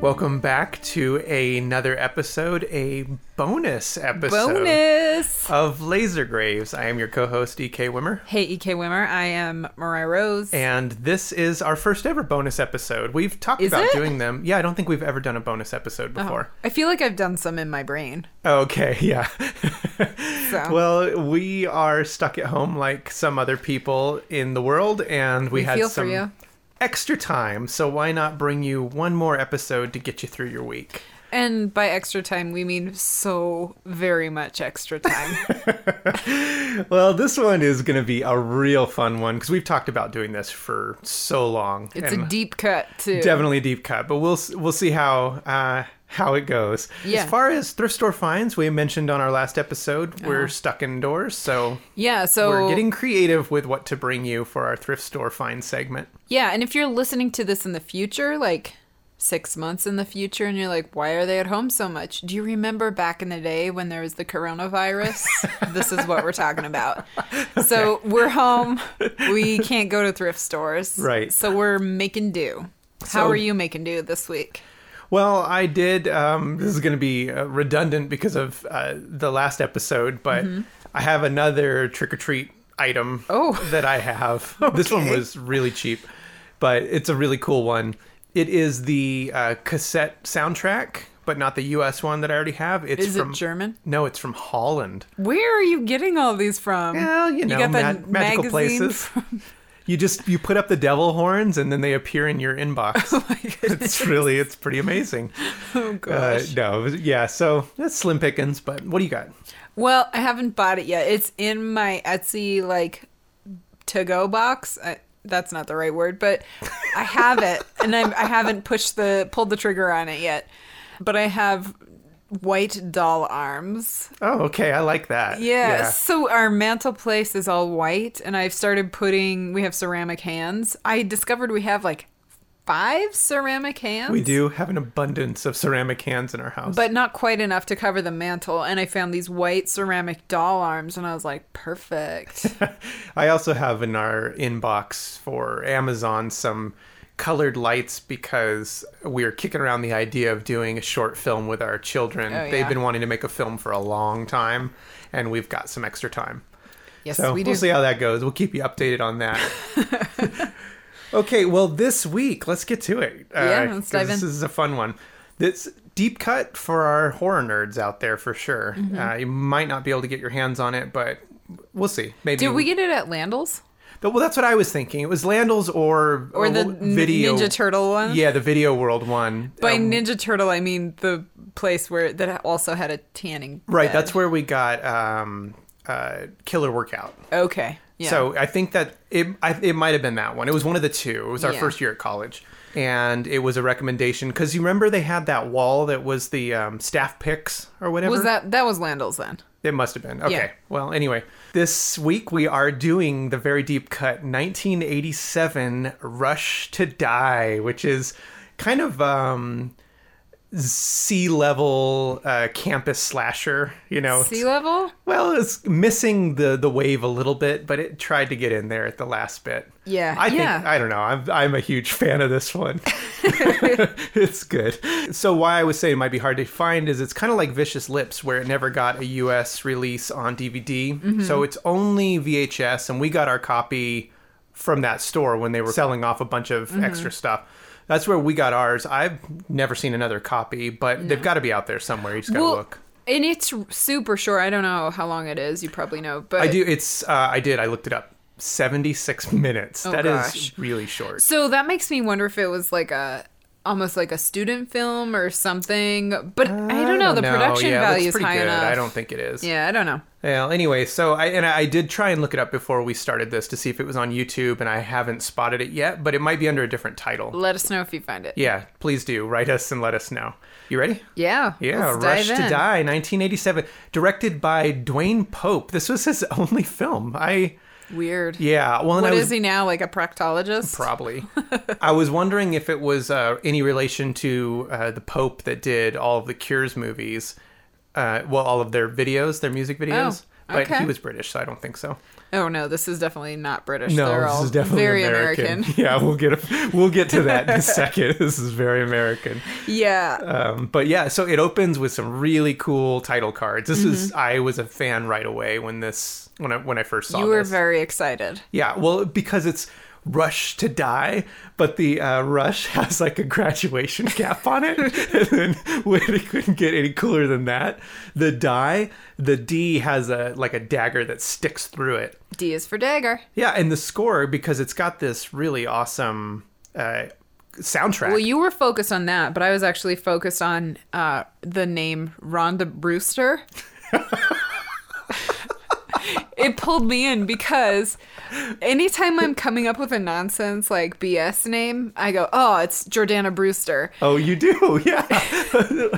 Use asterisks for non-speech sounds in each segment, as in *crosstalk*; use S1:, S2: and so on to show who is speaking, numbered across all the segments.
S1: Welcome back to another episode, a bonus episode
S2: Bonus.
S1: of Laser Graves. I am your co-host EK Wimmer,
S2: *laughs* Hey, EK Wimmer. I am Mariah Rose.
S1: and this is our first ever bonus episode. We've talked
S2: Is
S1: about
S2: it? Oh.
S1: doing them. Yeah, I don't think we've ever done a bonus episode before.
S2: Uh-huh. I feel like I've done some in my brain.
S1: Okay, *laughs* yeah.
S2: So
S1: Well, we are stuck at home like some other people in the world, and we,
S2: We
S1: had
S2: feel for
S1: some
S2: you.
S1: extra time. So why not bring you one more episode to get you through your week?
S2: and by extra time we mean so very much extra time.
S1: *laughs* Well, this one is going to be a real fun one because we've talked about doing this for so long.
S2: It's
S1: and
S2: a deep cut too.
S1: definitely a deep cut, but we'll s- we'll see how uh, how it goes.
S2: Yeah.
S1: As far as thrift store finds, we mentioned on our last episode,
S2: Oh.
S1: we're stuck indoors, so
S2: yeah, so
S1: we're getting creative with what to bring you for our thrift store find segment.
S2: Yeah, and if you're listening to this in the future, like six months in the future, and you're like, why are they at home so much? Do you remember back in the day when there was
S1: *laughs*
S2: the coronavirus? this is what we're talking about. So we're home. We can't go to thrift stores.
S1: Right.
S2: So we're making do. How
S1: So-
S2: are you making do this week?
S1: Well, I did. Um, this is going to be uh, redundant because of uh, the last episode, but I have another trick or treat item
S2: Mm-hmm. Oh.
S1: that I
S2: *laughs*
S1: have. This one was really cheap, but it's a really cool one. It is the uh, cassette soundtrack, but not the U.S. one that I already have. It's
S2: Is
S1: from
S2: it German?
S1: no, it's from Holland.
S2: Where are you getting all these from?
S1: Well, you know, mag- magical
S2: magazine
S1: places.
S2: From-
S1: *laughs* You just you put up the devil horns and then they appear in your inbox. *laughs*
S2: *laughs*
S1: it's really it's pretty amazing. Uh,
S2: oh, gosh.
S1: no, yeah. So that's slim pickings. But what do you got?
S2: Well, I haven't bought it yet. It's in my Etsy like to go box. I, that's not the right word, but I have it, and I'm, I haven't pushed the pulled the trigger on it yet. But I have white doll arms.
S1: Oh, okay. I like that.
S2: Yeah, So our mantel place is all white, and I've started putting. We have ceramic hands. I discovered we have like five ceramic hands.
S1: We do have an abundance of ceramic hands in our house.
S2: but not quite enough to cover the mantle. And I found these white ceramic doll arms, and I was like, perfect.
S1: I also have in our inbox for Amazon some colored lights because we are kicking around the idea of doing a short film with our children.
S2: Oh,
S1: They've
S2: yeah.
S1: been wanting to make a film for a long time, and we've got some extra time.
S2: Yes,
S1: So
S2: we
S1: we
S2: do.
S1: will see how that goes. We'll keep you updated on that.
S2: *laughs*
S1: okay, well, this week, let's get to it.
S2: Yeah, let's
S1: 'cause
S2: dive
S1: This
S2: in.
S1: is a fun one. This deep cut for our horror nerds out there for sure.
S2: Mm-hmm.
S1: Uh, you might not be able to get your hands on it, but we'll see. Maybe.
S2: Did we get it at Landell's
S1: Well, that's what I was thinking. It was Landell's or
S2: or the
S1: what-
S2: N- Ninja Turtle one?
S1: Oh, Yeah, the Video World one.
S2: By
S1: Um,
S2: Ninja Turtle, I mean the place where that also had a tanning.
S1: right,
S2: bed.
S1: that's where we got um, uh, Killer Workout.
S2: okay. Yeah.
S1: So I think that it I, it might have been that one. It was one of the two. It was our
S2: Yeah.
S1: first year at college, and it was a recommendation because you remember they had that wall that was the um, staff picks or whatever.
S2: was that that was Landell's then?
S1: It must have been. Okay. Well, anyway, this week we are doing the very deep cut 1987 Rush to Die, which is kind of um sea level uh, campus slasher. You know,
S2: Sea level?
S1: well, it's missing the the wave a little bit, but it tried to get in there at the last bit.
S2: Yeah,
S1: I
S2: yeah.
S1: think I don't know. I'm I'm a huge fan of this one.
S2: *laughs*
S1: *laughs* it's good. So why I was saying it might be hard to find is it's kind of like Vicious Lips, where it never got a U.S. release on DVD,
S2: Mm-hmm.
S1: so it's only VHS, and we got our copy from that store when they were selling off a bunch of
S2: Mm-hmm.
S1: extra stuff. That's where we got ours. I've never seen another copy, but they've got to be out there somewhere. You just got to
S2: Well,
S1: look.
S2: and it's super short. I don't know how long it is. You probably know, but
S1: I do. It's. Uh, I did. I looked it up. Seventy-six *laughs* minutes. That is
S2: gosh.
S1: really short.
S2: So that makes me wonder if it was like a almost like a student film or something. But I don't know. The production
S1: yeah, it looks
S2: value is
S1: pretty
S2: high
S1: good.
S2: enough.
S1: I don't think it is.
S2: Yeah, I don't know.
S1: Well, anyway, so I and I did try and look it up before we started this to see if it was on YouTube, and I haven't spotted it yet, but it might be under a different title.
S2: Let us know if you find it.
S1: Yeah, please do write us and let us know. You ready?
S2: Yeah.
S1: Yeah,
S2: let's
S1: Rush
S2: dive
S1: to
S2: in.
S1: Die, 1987, directed by Dwayne Pope. This was his *laughs* only film. I
S2: Weird.
S1: yeah. Well, and
S2: What
S1: I
S2: is
S1: was,
S2: he now? Like a proctologist?
S1: Probably. *laughs* I was wondering if it was uh, any relation to uh, the Pope that did all of the Cures movies. Uh, well, all of their videos, their music videos. but
S2: Oh, Okay.
S1: he was British, so I don't think so.
S2: Oh no, this is definitely not British.
S1: No,
S2: They're
S1: this
S2: all
S1: is definitely
S2: very
S1: American.
S2: American.
S1: *laughs*
S2: *laughs*
S1: Yeah, we'll get a, we'll get to that in a second. This is very American.
S2: Yeah.
S1: Um, but yeah, so it opens with some really cool title cards. This
S2: Mm-hmm.
S1: is I was a fan right away when this when I when I first saw
S2: You were
S1: this.
S2: very excited.
S1: yeah, well, because it's Rush to Die, but the uh, Rush *laughs* has like a graduation cap on
S2: *laughs*
S1: it, and then when it couldn't get any cooler than that, the die, the D has a like a dagger that sticks through it.
S2: D is for dagger.
S1: Yeah, and the score because it's got this really awesome uh, soundtrack.
S2: Well, you were focused on that, but I was actually focused on uh, the name Rhonda Brewster. *laughs* it pulled me in because anytime I'm coming up with a nonsense like BS name, I go, oh, it's Jordana Brewster.
S1: oh, you do, *laughs*
S2: *laughs*
S1: yeah.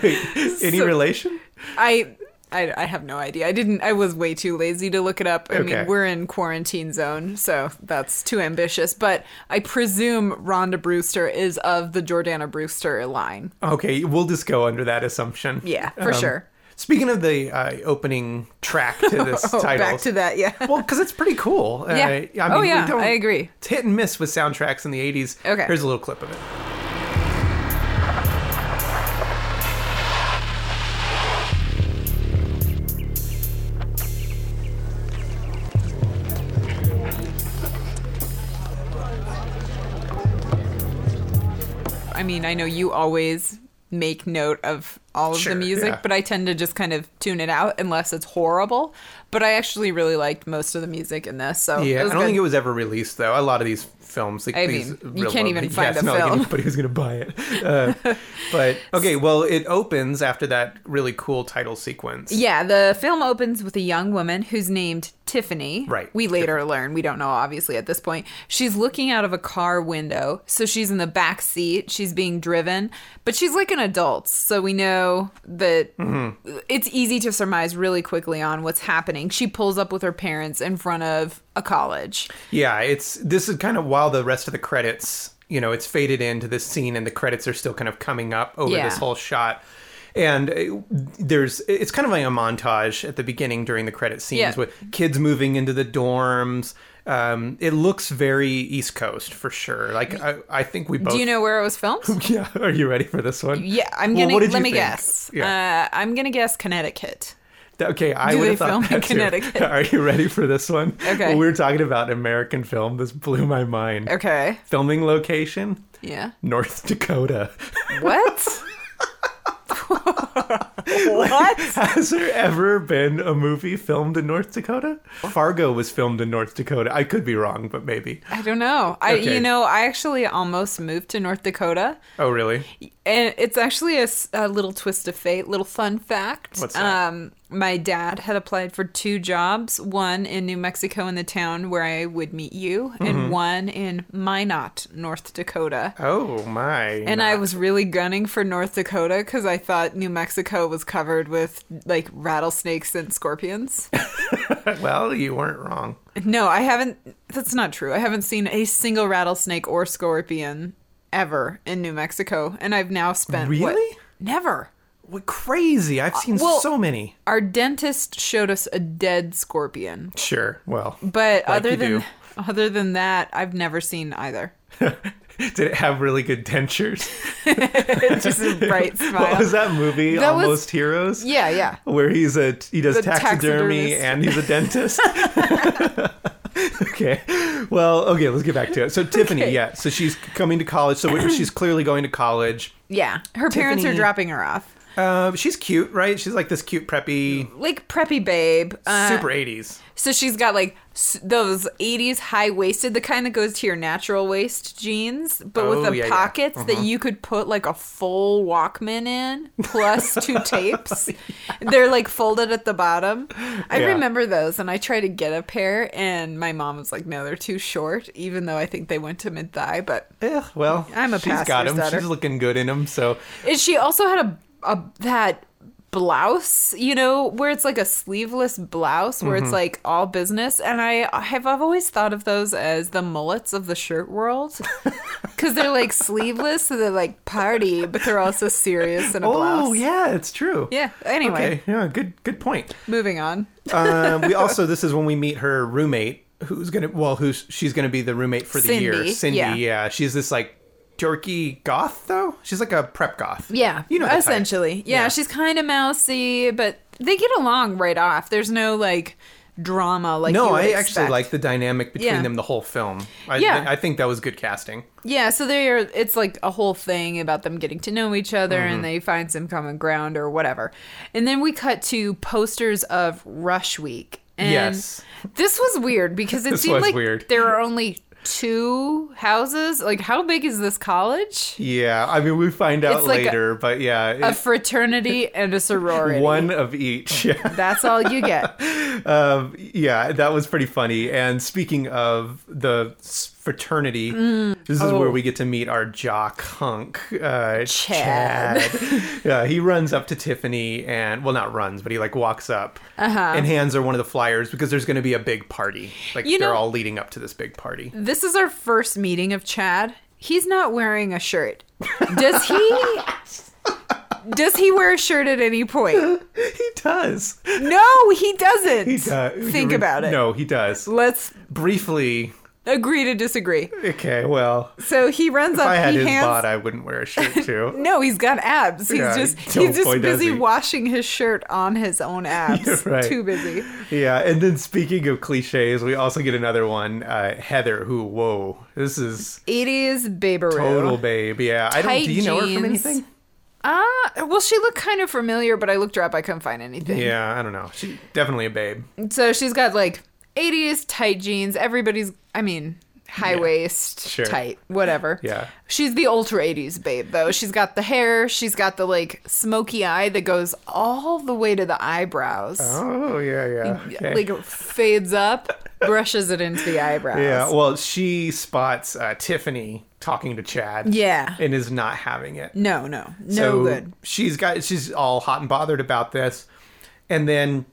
S1: Wait, any
S2: So-
S1: relation?
S2: I. I, I have no idea. I didn't. I was way too lazy to look it up. I
S1: Okay.
S2: mean, we're in quarantine zone, so that's too ambitious. But I presume Rhonda Brewster is of the Jordana Brewster line.
S1: Okay, we'll just go under that assumption. Um,
S2: Yeah, for sure.
S1: Speaking of the uh, opening track to this
S2: *laughs* Oh,
S1: title,
S2: back to that. Yeah. *laughs*
S1: well, because it's pretty cool. Uh,
S2: Yeah.
S1: I mean,
S2: oh
S1: we
S2: yeah,
S1: don't-
S2: I agree.
S1: It's hit and miss with soundtracks in the '80s.
S2: Okay.
S1: here's a little clip of it.
S2: I mean, I know you always make note of all of
S1: Sure,
S2: the music,
S1: yeah.
S2: but I tend to just kind of tune it out unless it's horrible. But I actually really liked most of the music in this, so
S1: Yeah,
S2: it
S1: I
S2: was
S1: don't think
S2: good.
S1: it was ever released though. A lot of these films, like
S2: I
S1: these
S2: mean, you
S1: real
S2: can't
S1: low-
S2: even
S1: yeah,
S2: find
S1: it's
S2: a
S1: not like
S2: film.
S1: anybody was going to buy it.
S2: *laughs*
S1: Uh, but okay, well, it opens after that really cool title sequence.
S2: Yeah, the film opens with a young woman who's named Tiffany.
S1: Right,
S2: We later learn, we don't know obviously at this point. She's looking out of a car window. So she's in the back seat, she's being driven, but she's like an adult. So we know that
S1: Mm-hmm.
S2: it's easy to surmise really quickly on what's happening. She pulls up with her parents in front of a college.
S1: Yeah, it's this is kind of while the rest of the credits, you know, it's faded into this scene and the credits are still kind of coming up over
S2: Yeah.
S1: this whole shot. And uh, there's it's kind of like a montage at the beginning during the credit scenes
S2: Yeah.
S1: with kids moving into the dorms. Um, it looks very East Coast for sure. Like I, I think we both.
S2: Do you know where it was
S1: *laughs*
S2: filmed?
S1: yeah, are you ready for this one?
S2: Yeah, I'm
S1: Oh. Well,
S2: gonna
S1: what did
S2: let
S1: you
S2: me
S1: think?
S2: guess.
S1: Yeah.
S2: Uh, I'm gonna guess Connecticut.
S1: Th- Okay, I
S2: Do
S1: would
S2: they
S1: have thought
S2: film in
S1: that too. *laughs*
S2: Connecticut?
S1: Are you ready for this one?
S2: Okay.
S1: When we were talking about American film. This blew my mind.
S2: Okay.
S1: Filming location:
S2: Yeah.
S1: North *laughs* Dakota. *laughs*
S2: What? what?
S1: Has there ever been a movie filmed in North Dakota? Fargo was filmed in North Dakota. I could be wrong, but maybe.
S2: I don't know. I
S1: Okay.
S2: you know, I actually almost moved to North Dakota.
S1: Oh, really?
S2: And it's actually a, s- a little twist of fate, little fun fact.
S1: What's that?
S2: Um my dad had applied for two jobs, one in New Mexico in the town where I would meet you
S1: Mm-hmm.
S2: and one in Minot, North Dakota.
S1: Oh my!
S2: And I was really gunning for North Dakota because I thought New Mexico was covered with like rattlesnakes and scorpions.
S1: well, you weren't wrong.
S2: No, I haven't. That's not true. I haven't seen a single rattlesnake or scorpion ever in New Mexico, and I've now spent what-
S1: Really?
S2: never.
S1: What crazy! I've seen
S2: well-
S1: so many.
S2: Our dentist showed us a dead scorpion,
S1: Sure. Well, *laughs*
S2: but other
S1: you
S2: than
S1: do.
S2: other than that, I've never
S1: *laughs*
S2: seen either. *laughs*
S1: did it have really good dentures?
S2: It's just a bright
S1: What
S2: smile.
S1: was that movie?
S2: That was-
S1: Almost Heroes.
S2: Yeah, yeah.
S1: where he's a he does
S2: The
S1: taxidermy
S2: taxidermist.
S1: and he's a dentist.
S2: *laughs*
S1: okay, well, okay, let's get back to it. So Tiffany,
S2: Okay.
S1: yeah, so she's coming to college. So what- she's clearly going to college.
S2: Yeah, her parents are
S1: Tiffany-
S2: dropping her off.
S1: Uh, she's cute, right? She's like this cute preppy,
S2: Like preppy babe. Uh,
S1: super eighties.
S2: So she's got like s- those 80s high waisted, the kind that goes to your natural waist jeans, but
S1: Oh,
S2: with the
S1: yeah, Uh-huh. yeah.
S2: pockets that you could put like a full Walkman in plus
S1: *laughs*
S2: two tapes. They're like folded at the bottom. I
S1: Yeah.
S2: remember those and I tried to get a pair, and my mom was like, no, they're too short, even though I think they went to mid thigh. But
S1: Yeah, Eh, well,
S2: eh, I'm a
S1: she's got
S2: pastor's
S1: him.
S2: daughter.
S1: She's looking good in him. So
S2: and she also had a, a that blouse, you know, where it's like a sleeveless blouse where
S1: Mm-hmm.
S2: it's like all business. And I I have I've always thought of those as the mullets of the
S1: *laughs*
S2: shirt world because they're like sleeveless, so they're like party, but they're also serious in a blouse.
S1: Oh yeah, it's true.
S2: Yeah. Anyway,
S1: Okay. Yeah. Good. Good point.
S2: moving on.
S1: Um, we also this is when we meet her roommate, who's gonna well, who's she's gonna be the roommate for the year,
S2: Cindy,
S1: Cindy.
S2: yeah.
S1: Yeah. She's this like dorky goth though. She's like a prep goth.
S2: Yeah,
S1: you know the type.
S2: essentially. Yeah,
S1: Yeah.
S2: she's kind of mousy, but they get along right off. There's no like drama like you
S1: no,
S2: would
S1: I actually
S2: expect.
S1: like the dynamic between
S2: Yeah.
S1: them the whole film. I,
S2: Yeah.
S1: I think that was good casting.
S2: Yeah, so they are. It's like a whole thing about them getting to know each other
S1: Mm-hmm.
S2: and they find some common ground or whatever. And then we cut to posters of Rush Week. And
S1: Yes.
S2: this was weird because it
S1: *laughs* This
S2: seemed
S1: was
S2: like
S1: weird.
S2: there are only two houses. Like, how big is this college?
S1: Yeah, I mean we find out
S2: It's like a-
S1: later, but yeah,
S2: A
S1: it's
S2: fraternity and a sorority.
S1: one of
S2: *laughs*
S1: each. Yeah.
S2: That's all
S1: *laughs*
S2: you get.
S1: um, yeah, that was pretty funny. And speaking of the s- fraternity, this is
S2: Oh.
S1: where we get to meet our jock hunk, uh,
S2: Chad.
S1: Chad.
S2: *laughs*
S1: yeah, he runs up to Tiffany and, well, not runs, but he like walks up
S2: Uh-huh.
S1: and hands her one of the flyers because there's going to be a big party. Like
S2: You
S1: they're
S2: know-
S1: all leading up to this big party.
S2: This is our first meeting of Chad. He's not wearing a shirt.
S1: *laughs*
S2: Does he? Does he wear a shirt at any point?
S1: He does.
S2: No, he doesn't.
S1: He does.
S2: Think about it.
S1: No, he does.
S2: Let's
S1: Briefly.
S2: agree to disagree.
S1: Okay, well, if
S2: So he runs up.
S1: I had
S2: he
S1: his
S2: hands.
S1: bod, I wouldn't wear a shirt
S2: *laughs*
S1: too.
S2: No, he's got abs. He's
S1: Yeah,
S2: just
S1: don't
S2: he's just
S1: point at
S2: busy
S1: me.
S2: washing his shirt on
S1: *laughs*
S2: his own abs.
S1: You're right.
S2: Too busy.
S1: Yeah, and then speaking of cliches, we also get another one, uh, Heather. Who? Whoa, this is
S2: It is baberoo.
S1: total babe. Yeah, I don't.
S2: Tight
S1: Do you know her from
S2: jeans.
S1: anything?
S2: Ah, well, she looked kind of familiar, but I looked her up. I couldn't find anything.
S1: Yeah, I don't know. She definitely a babe.
S2: So she's got like 80s tight jeans. Everybody's, I mean, high waist,
S1: Sure.
S2: tight, whatever.
S1: *laughs* Yeah.
S2: She's the ultra 80s babe, though. She's got the hair. She's got the like smoky eye that goes all the way to the eyebrows.
S1: Oh yeah, yeah. okay.
S2: Like fades up, brushes it into the eyebrows.
S1: yeah. Well, she spots uh, Tiffany talking to Chad.
S2: Yeah.
S1: and is not having it.
S2: No, no, no
S1: so
S2: good.
S1: She's got. She's all hot and bothered about this, and then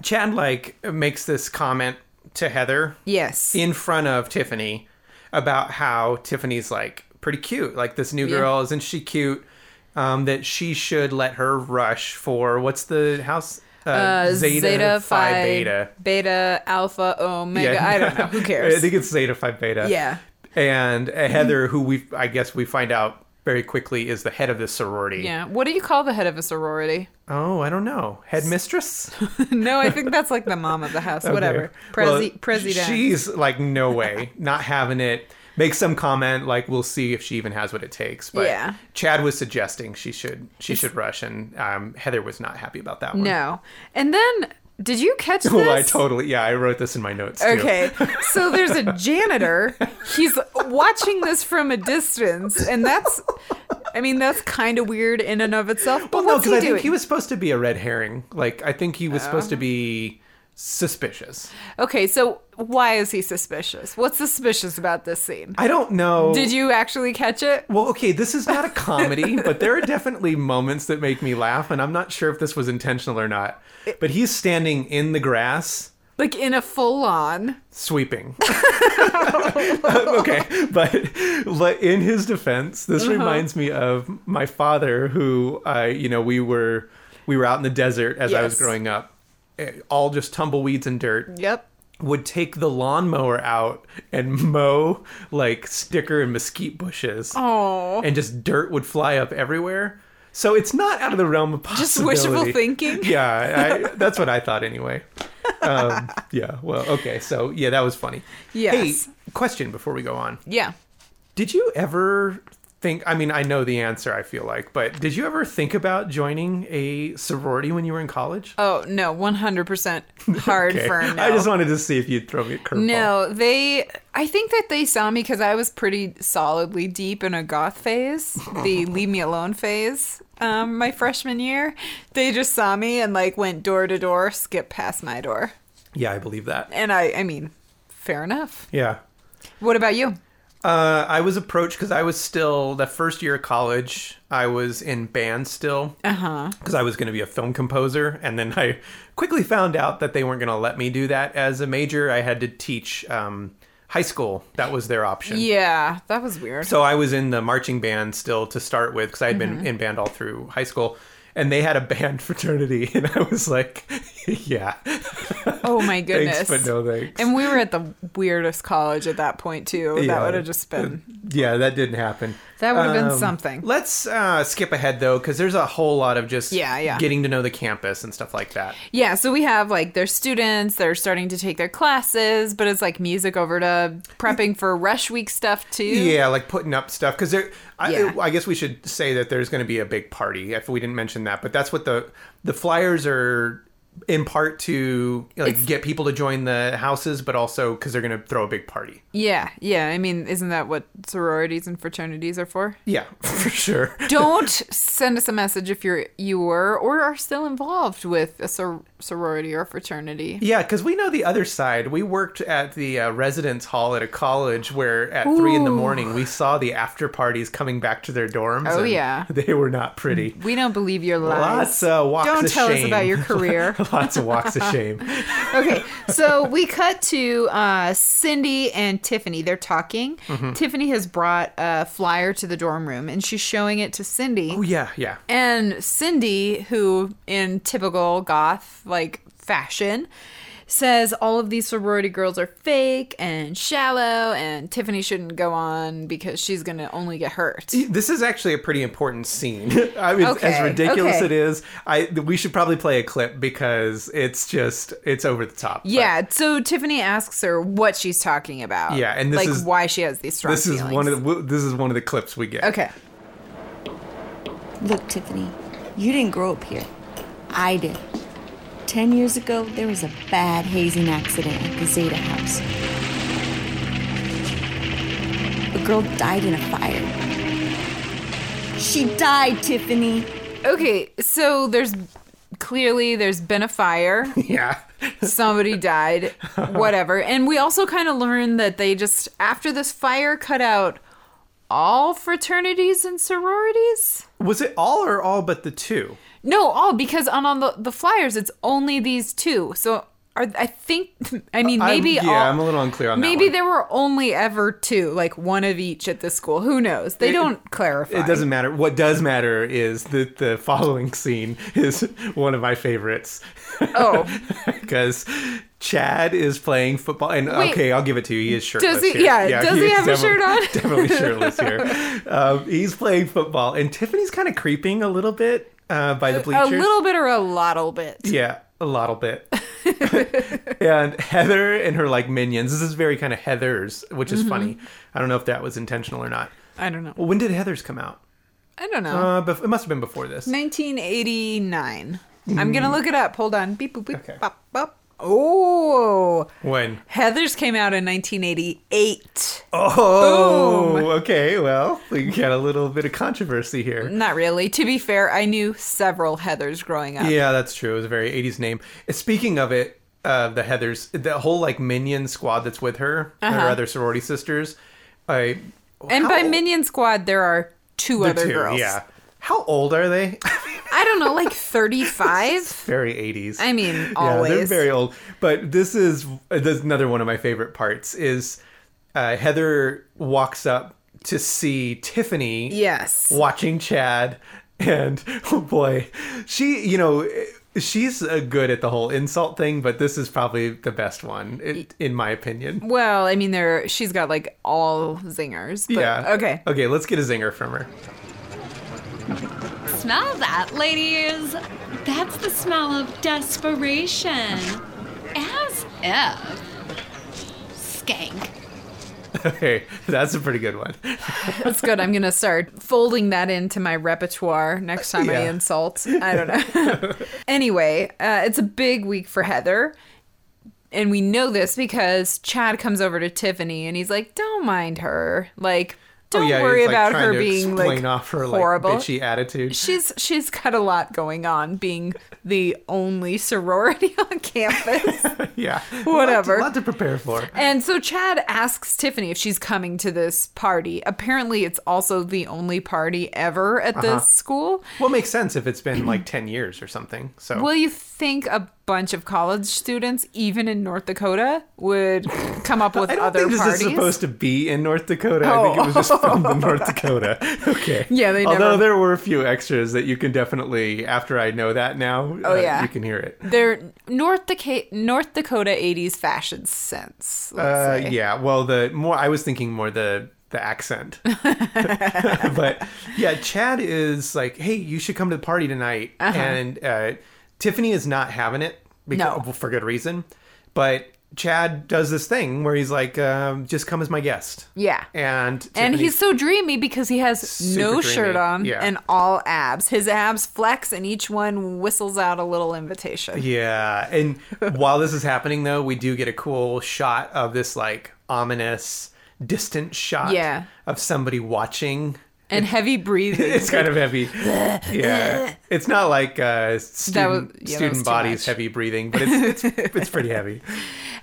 S1: Chad like makes this comment to Heather
S2: Yes.
S1: in front of Tiffany about how Tiffany's like pretty cute. Like this new girl, isn't she cute? Um, that she should let her rush for what's the house? Uh,
S2: Uh, Zeta,
S1: Phi
S2: Phi, Beta. Beta, Alpha, Omega. I don't know. Who
S1: *laughs* I
S2: cares?
S1: think it's Zeta Phi Beta.
S2: Yeah. Mm-hmm.
S1: And uh, Heather, who we I guess we find out very quickly is the head of this sorority.
S2: yeah. What do you call the head of a sorority?
S1: Oh, I don't know.
S2: *laughs*
S1: Headmistress?
S2: no, I think that's like the mom of the house. Whatever.
S1: Okay. Well,
S2: Presi- president.
S1: She's like, no way, not having it. Make some comment, like we'll see if she even has what it takes. But
S2: Yeah.
S1: Chad was suggesting she should she should rush, and um, Heather was not happy about that one.
S2: no. And then, did you catch this?
S1: *laughs* Well, I totally yeah, I wrote this in my notes. Too.
S2: Okay, so
S1: *laughs*
S2: there's a janitor. He's watching this from a distance, and that's, I mean, that's kind of weird in and of itself. But
S1: Well, no,
S2: what's
S1: because
S2: he
S1: I
S2: doing? Oh.
S1: think he was supposed to be a red herring. Like I think he was supposed to be suspicious.
S2: okay, so why is he suspicious? What's suspicious about this scene?
S1: I don't know.
S2: Did you actually catch it?
S1: Well, okay, this is not a comedy, *laughs* but there are definitely moments that make me laugh, and I'm not sure if this was intentional or not. But he's standing in the grass
S2: Like in a full on.
S1: sweeping.
S2: *laughs*
S1: *laughs* okay, but, but in his defense, this
S2: Uh-huh.
S1: reminds me of my father, who uh, you know we were we were out in the desert as I was
S2: Yes.
S1: growing up, eh, all just tumbleweeds and dirt.
S2: Yep.
S1: Would take the lawnmower out and *laughs* mow like sticker and mesquite bushes,
S2: Oh,
S1: *laughs* and just dirt would fly up everywhere. So it's not out of the realm of
S2: just
S1: possibility.
S2: wishful thinking.
S1: *laughs*
S2: *laughs*
S1: Yeah, I, that's what I thought anyway. Um, yeah, well, okay, so yeah, that was funny.
S2: Yes.
S1: Hey, question before we go on.
S2: Yeah.
S1: Did you ever think, I mean, I know the answer, I feel like, but did you ever think about joining a sorority when you were in college?
S2: Oh no, one hundred percent hard
S1: Okay.
S2: firm. No.
S1: I just wanted to see if you'd throw me a curveball.
S2: no, they. I think that they saw me because I was pretty solidly deep in a goth phase, the
S1: *laughs*
S2: leave me alone phase. Um, my freshman year, they just saw me and like went door to door, skipped past my door,
S1: Yeah, I believe that.
S2: and I. I mean, fair enough.
S1: Yeah.
S2: What about you?
S1: Uh, I was approached because I was still the first year of college. I was in band still
S2: Uh huh.
S1: because I was going to be a film composer, and then I *laughs* quickly found out that they weren't going to let me do that as a major. I had to teach um, high school. That was their option.
S2: Yeah, that was weird.
S1: So I was in the marching band still to start with because I had
S2: Mm-hmm.
S1: been in band all through high school. And they had a *laughs* band fraternity, and I was like, *laughs* "Yeah,
S2: oh my goodness.
S1: *laughs* thanks, but no thanks."
S2: And we were at the weirdest college at that point too.
S1: Yeah.
S2: That would have just been
S1: yeah, that didn't happen.
S2: that would have been
S1: Um,
S2: something.
S1: Let's uh, skip ahead though, because there's a whole lot of just
S2: Yeah, yeah.
S1: getting to know the campus and stuff like that.
S2: Yeah, so we have like their students, they're starting to take their classes, but it's like music over to prepping for rush week stuff too.
S1: Yeah, like putting up stuff because there. I,
S2: Yeah.
S1: I guess we should say that there's going to be a big party. If we didn't mention that, but that's what the the flyers are in part to like
S2: It's-
S1: get people to join the houses, but also because they're going to throw a big party.
S2: Yeah, yeah. I mean, isn't that what sororities and fraternities are for?
S1: Yeah, for sure.
S2: Don't send us a message if you're you were or are still involved with a sor- sorority or fraternity.
S1: Yeah, because we know the other side. We worked at the uh, residence hall at a college where at three in the
S2: Ooh.
S1: morning we saw the after parties coming back to their dorms.
S2: Oh,
S1: and
S2: yeah.
S1: they were not pretty. *laughs*
S2: We don't believe your lies.
S1: Lots of walks
S2: Don't
S1: of
S2: tell us
S1: shame.
S2: about
S1: *laughs*
S2: your career.
S1: Lots of walks of
S2: *laughs*
S1: shame.
S2: okay, so we cut to uh, Cindy and Tiffany. They're talking.
S1: Mm-hmm.
S2: Tiffany has brought a flyer to the dorm room and she's showing it to Cindy.
S1: Oh yeah, yeah.
S2: And Cindy, who in typical goth like fashion, says all of these sorority girls are fake and shallow, and Tiffany shouldn't go on because she's gonna only get hurt.
S1: This is actually a pretty important scene. *laughs* I mean, as
S2: Okay,
S1: ridiculous
S2: okay.
S1: it is, I we should probably play a clip because it's just it's over the top. but
S2: Yeah, so Tiffany asks her what she's talking about.
S1: Yeah, and this
S2: like
S1: is-
S2: why she has these strong
S1: this is
S2: feelings.
S1: one of the this is one of the clips we get.
S2: Okay.
S3: Look, Tiffany, you didn't grow up here. I did. Ten years ago, there was a bad hazing accident at the Zeta house. A girl died in a fire. She died, Tiffany.
S2: Okay, so there's clearly there's been
S1: *laughs*
S2: a fire.
S1: *laughs* Yeah.
S2: somebody died, whatever. And we also kind of learned that they just, after this fire, cut out all fraternities and sororities.
S1: Was it all or all but the two?
S2: No, all because on, on the, the flyers, it's only these two. So are, I think, *laughs* I mean,
S1: I'm-
S2: maybe
S1: yeah,
S2: all.
S1: I'm a little unclear on that
S2: Maybe
S1: one.
S2: there were only ever two, like one of each at this school. Who knows? They
S1: It-
S2: don't clarify.
S1: It doesn't matter. What does matter is that the following scene is one of my favorites. *laughs*
S2: Oh.
S1: because Chad is playing football, and
S2: Wait.
S1: okay, I'll give it to you. He is shirtless.
S2: he-
S1: here.
S2: yeah, does he
S1: is
S2: have a
S1: defi-
S2: shirt on?
S1: *laughs* Definitely shirtless
S2: *laughs*
S1: here. Um, he's playing football, and Tiffany's kind of creeping a little bit uh, by the
S2: A
S1: bleachers.
S2: little bit or a lottle bit.
S1: Yeah, a little
S2: *laughs*
S1: bit. *laughs* and Heather and her like minions. This is very kind of Heather's, which
S2: Mm-hmm.
S1: is funny. I don't know if that was intentional or not.
S2: I don't know.
S1: Well, when did Heather's come out?
S2: I don't know.
S1: Uh, bef- it must have been before this.
S2: 1989. I'm gonna look it up. Hold on. Beep boop beep
S1: Hmm. Okay.
S2: bop bop. Oh,
S1: When?
S2: Heather's came out in 1988.
S1: Oh, okay. Well, we got a little bit of controversy here.
S2: Not really. To be fair, I knew several Heathers growing up.
S1: Yeah, that's true. It was a very 80s name. Speaking of it, uh, the Heathers, the whole like minion squad that's with her, her other sorority sisters. I
S2: Uh-huh. and
S1: how
S2: by
S1: old-
S2: Minion Squad, there are two
S1: they're
S2: other
S1: two,
S2: girls.
S1: Yeah. How old are they? *laughs*
S2: I don't know, like 35.
S1: very 80s.
S2: I mean,
S1: Yeah, they're
S2: always.
S1: very old. But this is uh, this is another one of my favorite parts is uh, Heather walks up to see Tiffany.
S2: yes.
S1: watching Chad, and *laughs* oh boy, she you know she's uh, good at the whole insult thing, but this is probably the best one in, in my opinion.
S2: Well, I mean, there she's got like all zingers. But,
S1: yeah.
S2: Okay.
S1: Okay, let's get a zinger from her. *laughs*
S4: Smell that, ladies. That's the smell of desperation. As if. Skank.
S1: Okay, that's a pretty good one.
S2: That's good. I'm gonna start folding that into my repertoire next time I
S1: Yeah.
S2: insult. I don't know. *laughs* anyway, uh, it's a big week for Heather, and we know this because Chad comes over to Tiffany and he's like, "Don't mind her. Like, Don't
S1: oh, yeah,
S2: worry
S1: he's, like,
S2: about
S1: trying
S2: her
S1: to
S2: being
S1: explain
S2: like
S1: off her
S2: horrible.
S1: like bitchy attitude.
S2: She's she's got a lot going on, being the only sorority *laughs* on campus.
S1: *laughs* yeah, A lot to-
S2: Whatever.
S1: A lot to prepare for.
S2: And so Chad asks Tiffany if she's coming to this party. Apparently, it's also the only party ever at
S1: Uh-huh.
S2: this school.
S1: Well, it makes sense if it's been like ten years or something. So
S2: Will you think a bunch of college students, even in North Dakota, would come up
S1: *laughs*
S2: with
S1: I don't
S2: other
S1: think this
S2: parties? Oh.
S1: is supposed to be in North Dakota. I think it was just filmed in
S2: *laughs*
S1: North Dakota. Okay.
S2: Yeah, they
S1: Although
S2: never-
S1: there were a few extras that you can definitely, after I know that now, uh,
S2: Oh, yeah.
S1: you can hear it.
S2: They're North Dakota, North Dakota '80s fashion sense. let's
S1: Uh,
S2: say.
S1: yeah. Well, the more I was thinking more the the
S2: *laughs*
S1: accent, *laughs* but yeah, Chad is like, hey, you should come to the party tonight,
S2: Uh-huh.
S1: and uh, Tiffany is not having it because,
S2: No.
S1: well, for good reason, but. Chad does this thing where he's like, um, "Just come as my guest."
S2: Yeah.
S1: and
S2: And
S1: Tiffany's-
S2: he's so dreamy because he has
S1: Super
S2: no
S1: dreamy,
S2: shirt on
S1: yeah.
S2: and all abs. His abs flex, and each one whistles out a little invitation.
S1: Yeah, and while this is happening, though, we do get a cool shot of this like ominous, distant shot
S2: Yeah.
S1: of somebody watching.
S2: And heavy breathing.
S1: It's kind of heavy. yeah, it's not like uh, student,
S2: was- yeah, that was
S1: student
S2: too
S1: bodies
S2: much.
S1: heavy breathing, but it's it's, it's pretty heavy.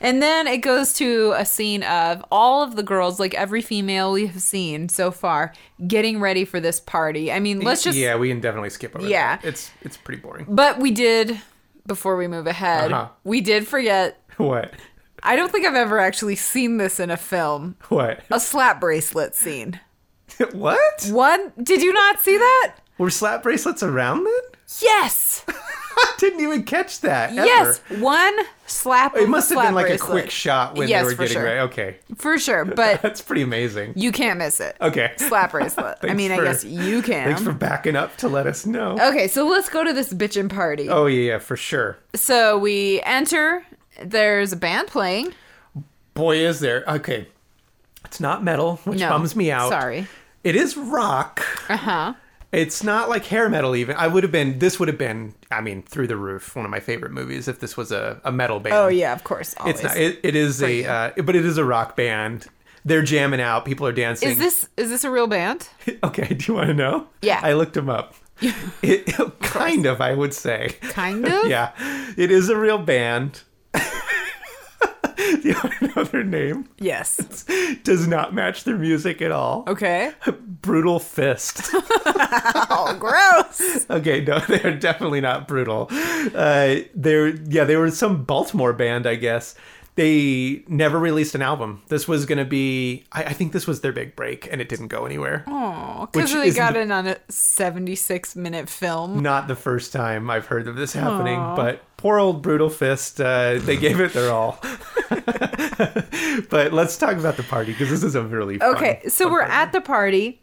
S2: And then it goes to a scene of all of the girls, like every female we have seen so far, getting ready for this party. I mean, *laughs* let's just.
S1: yeah, we can definitely skip over.
S2: Yeah.
S1: that. it's it's pretty boring. *laughs*
S2: But we did, before we move ahead,
S1: Uh-huh.
S2: we did forget.
S1: What?
S2: I don't think I've ever actually seen this in a film
S1: What? *laughs*
S2: a slap bracelet scene.
S1: what?
S2: One, did you not see that?
S1: Were slap bracelets around then?
S2: Yes.
S1: I didn't even catch that. ever.
S2: Yes. One slap.
S1: It must have
S2: slap
S1: been like
S2: bracelet.
S1: a quick shot when
S2: Yes,
S1: they were
S2: for
S1: getting
S2: sure.
S1: ready. Okay,
S2: For sure. But
S1: that's pretty amazing.
S2: you can't miss it.
S1: *laughs* Okay.
S2: Slap bracelet. I
S1: Thanks
S2: mean,
S1: for-
S2: I guess you can. Oh.
S1: Thanks for backing up to let us know.
S2: Okay, so let's go to this bitchin' party.
S1: Oh yeah, yeah, for sure.
S2: So we enter. There's a band playing.
S1: Boy, is there. Okay, it's not metal, which
S2: No,
S1: bums me out.
S2: sorry.
S1: It is rock.
S2: Uh huh.
S1: It's not like hair metal even. I would have been. This would have been. I mean, through the roof. One of my favorite movies. If this was a, a metal band.
S2: Oh yeah, of course. Always.
S1: It's not. It, it is a. Uh, but it is a rock band. They're jamming out. People are dancing.
S2: is this is this a real band?
S1: *laughs* okay? Do you want to know?
S2: Yeah.
S1: I looked them
S2: *laughs*
S1: up. it, *laughs* kind of, I would say.
S2: Kind of.
S1: yeah, it is a real band. *laughs* Do you want to know their name?
S2: Yes.
S1: Does not match their music at all.
S2: Okay.
S1: Brutal
S2: *laughs*
S1: Fist.
S2: Oh, *laughs* gross.
S1: okay, no, *laughs* they're definitely not brutal. Uh, they're yeah, they were some Baltimore band, I guess. They never released an album. This was gonna be, I, I think this was their big break, and it didn't go anywhere. Which
S2: Because they
S1: isn't
S2: got
S1: the-
S2: in on a 76 minute film.
S1: Not the first time I've heard of this happening, but poor old Brutal Fist, uh, they gave it their all. *laughs* but let's talk about the party because this is a really fun,
S2: Okay, so
S1: fun
S2: we're
S1: party.
S2: at the party.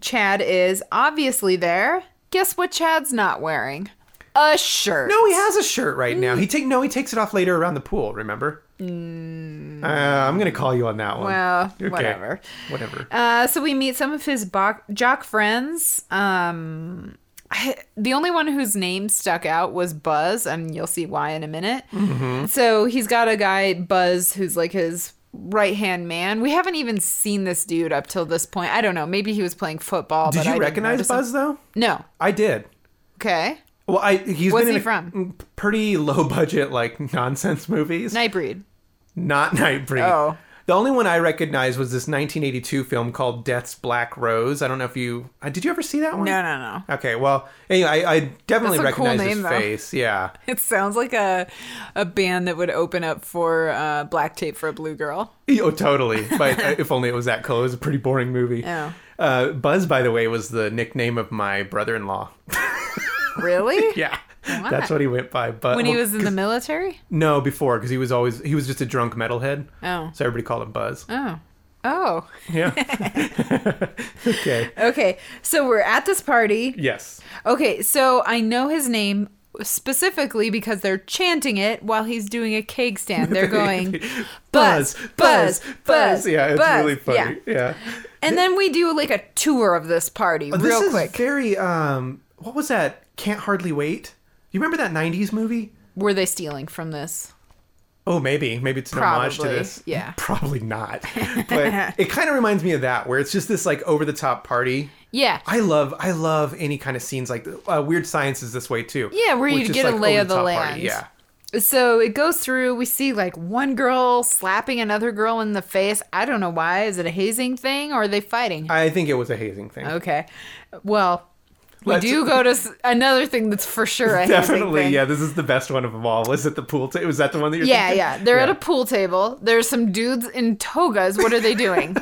S2: Chad is obviously there. Guess what? Chad's not wearing a shirt.
S1: No, he has a shirt right now. He take no, he takes it off later around the pool. Remember? Uh, I'm gonna call you on that one.
S2: Mm. Well, whatever.
S1: whatever.
S2: Uh, so we meet some of his bo- jock friends. Um, I- the only one whose name stuck out was Buzz, and you'll see why in a minute.
S1: Mm-hmm.
S2: So he's got a guy Buzz who's like his right hand man. We haven't even seen this dude up till this point. I don't know. Maybe he was playing football.
S1: Did
S2: but I
S1: you
S2: didn't
S1: recognize
S2: notice him.
S1: Buzz though?
S2: No.
S1: I did.
S2: Okay.
S1: Well, I he's
S2: What's
S1: been in
S2: he
S1: a
S2: from?
S1: pretty low budget like nonsense movies.
S2: Nightbreed.
S1: Not Nightbreed.
S2: Oh.
S1: The only one I recognized was this 1982 film called Death's Black Rose. I don't know if you uh, did you ever see that one?
S2: No, no, *laughs* no.
S1: Okay, well, anyway, I, I definitely
S2: That's a cool
S1: recognize
S2: name,
S1: his
S2: though.
S1: face. Yeah. *laughs*
S2: It sounds like a a band that would open up for uh, Black Tape for a Blue Girl.
S1: Oh, totally. But uh, if only it was that cool. It was a pretty boring movie.
S2: Oh.
S1: Uh, Buzz, by the way, was the nickname of my brother-in-law. *laughs*
S2: Really?
S1: *laughs* yeah, that's what he went by. But
S2: When he was in the military?
S1: no before because he was always he was just a drunk metalhead.
S2: Oh.
S1: so everybody called him Buzz.
S2: Oh. Oh. *laughs*
S1: Yeah. *laughs* okay.
S2: Okay. So we're at this party.
S1: Yes.
S2: Okay, so I know his name specifically because they're chanting it while he's doing a keg stand.
S1: *laughs*
S2: They're going Buzz, Buzz, Buzz.
S1: Yeah, it's
S2: Buzz."
S1: really funny.
S2: Yeah.
S1: Yeah.
S2: And then we do like a tour of this party real
S1: Oh, this
S2: quick.
S1: is very um. What was that? Can't hardly wait. You remember that '90s movie?
S2: Were they stealing from this?
S1: Oh, maybe. Maybe it's an homage to
S2: Probably,
S1: this.
S2: yeah.
S1: *laughs* Probably
S2: *laughs*
S1: not. But it kind of reminds me of that, where it's just this like over the top party.
S2: Yeah.
S1: I love, I love any kind of scenes like uh, Weird Science is this way too.
S2: Yeah, where
S1: which
S2: you
S1: is,
S2: get a
S1: like,
S2: lay of the
S1: over-top
S2: land.
S1: party. Yeah.
S2: So it goes through. We see like one girl slapping another girl in the face. I don't know why. Is it a hazing thing or are they fighting?
S1: I think it was a hazing thing.
S2: okay. Well, we
S1: Let's-
S2: do go to s- another thing that's for sure a hazing
S1: Definitely,
S2: thing.
S1: yeah. This is the best one of them all. Was it the pool? Ta- was that the one that you're?
S2: Yeah,
S1: thinking?
S2: yeah. They're at a pool table. There's some dudes in togas. What are
S1: *laughs*
S2: they doing?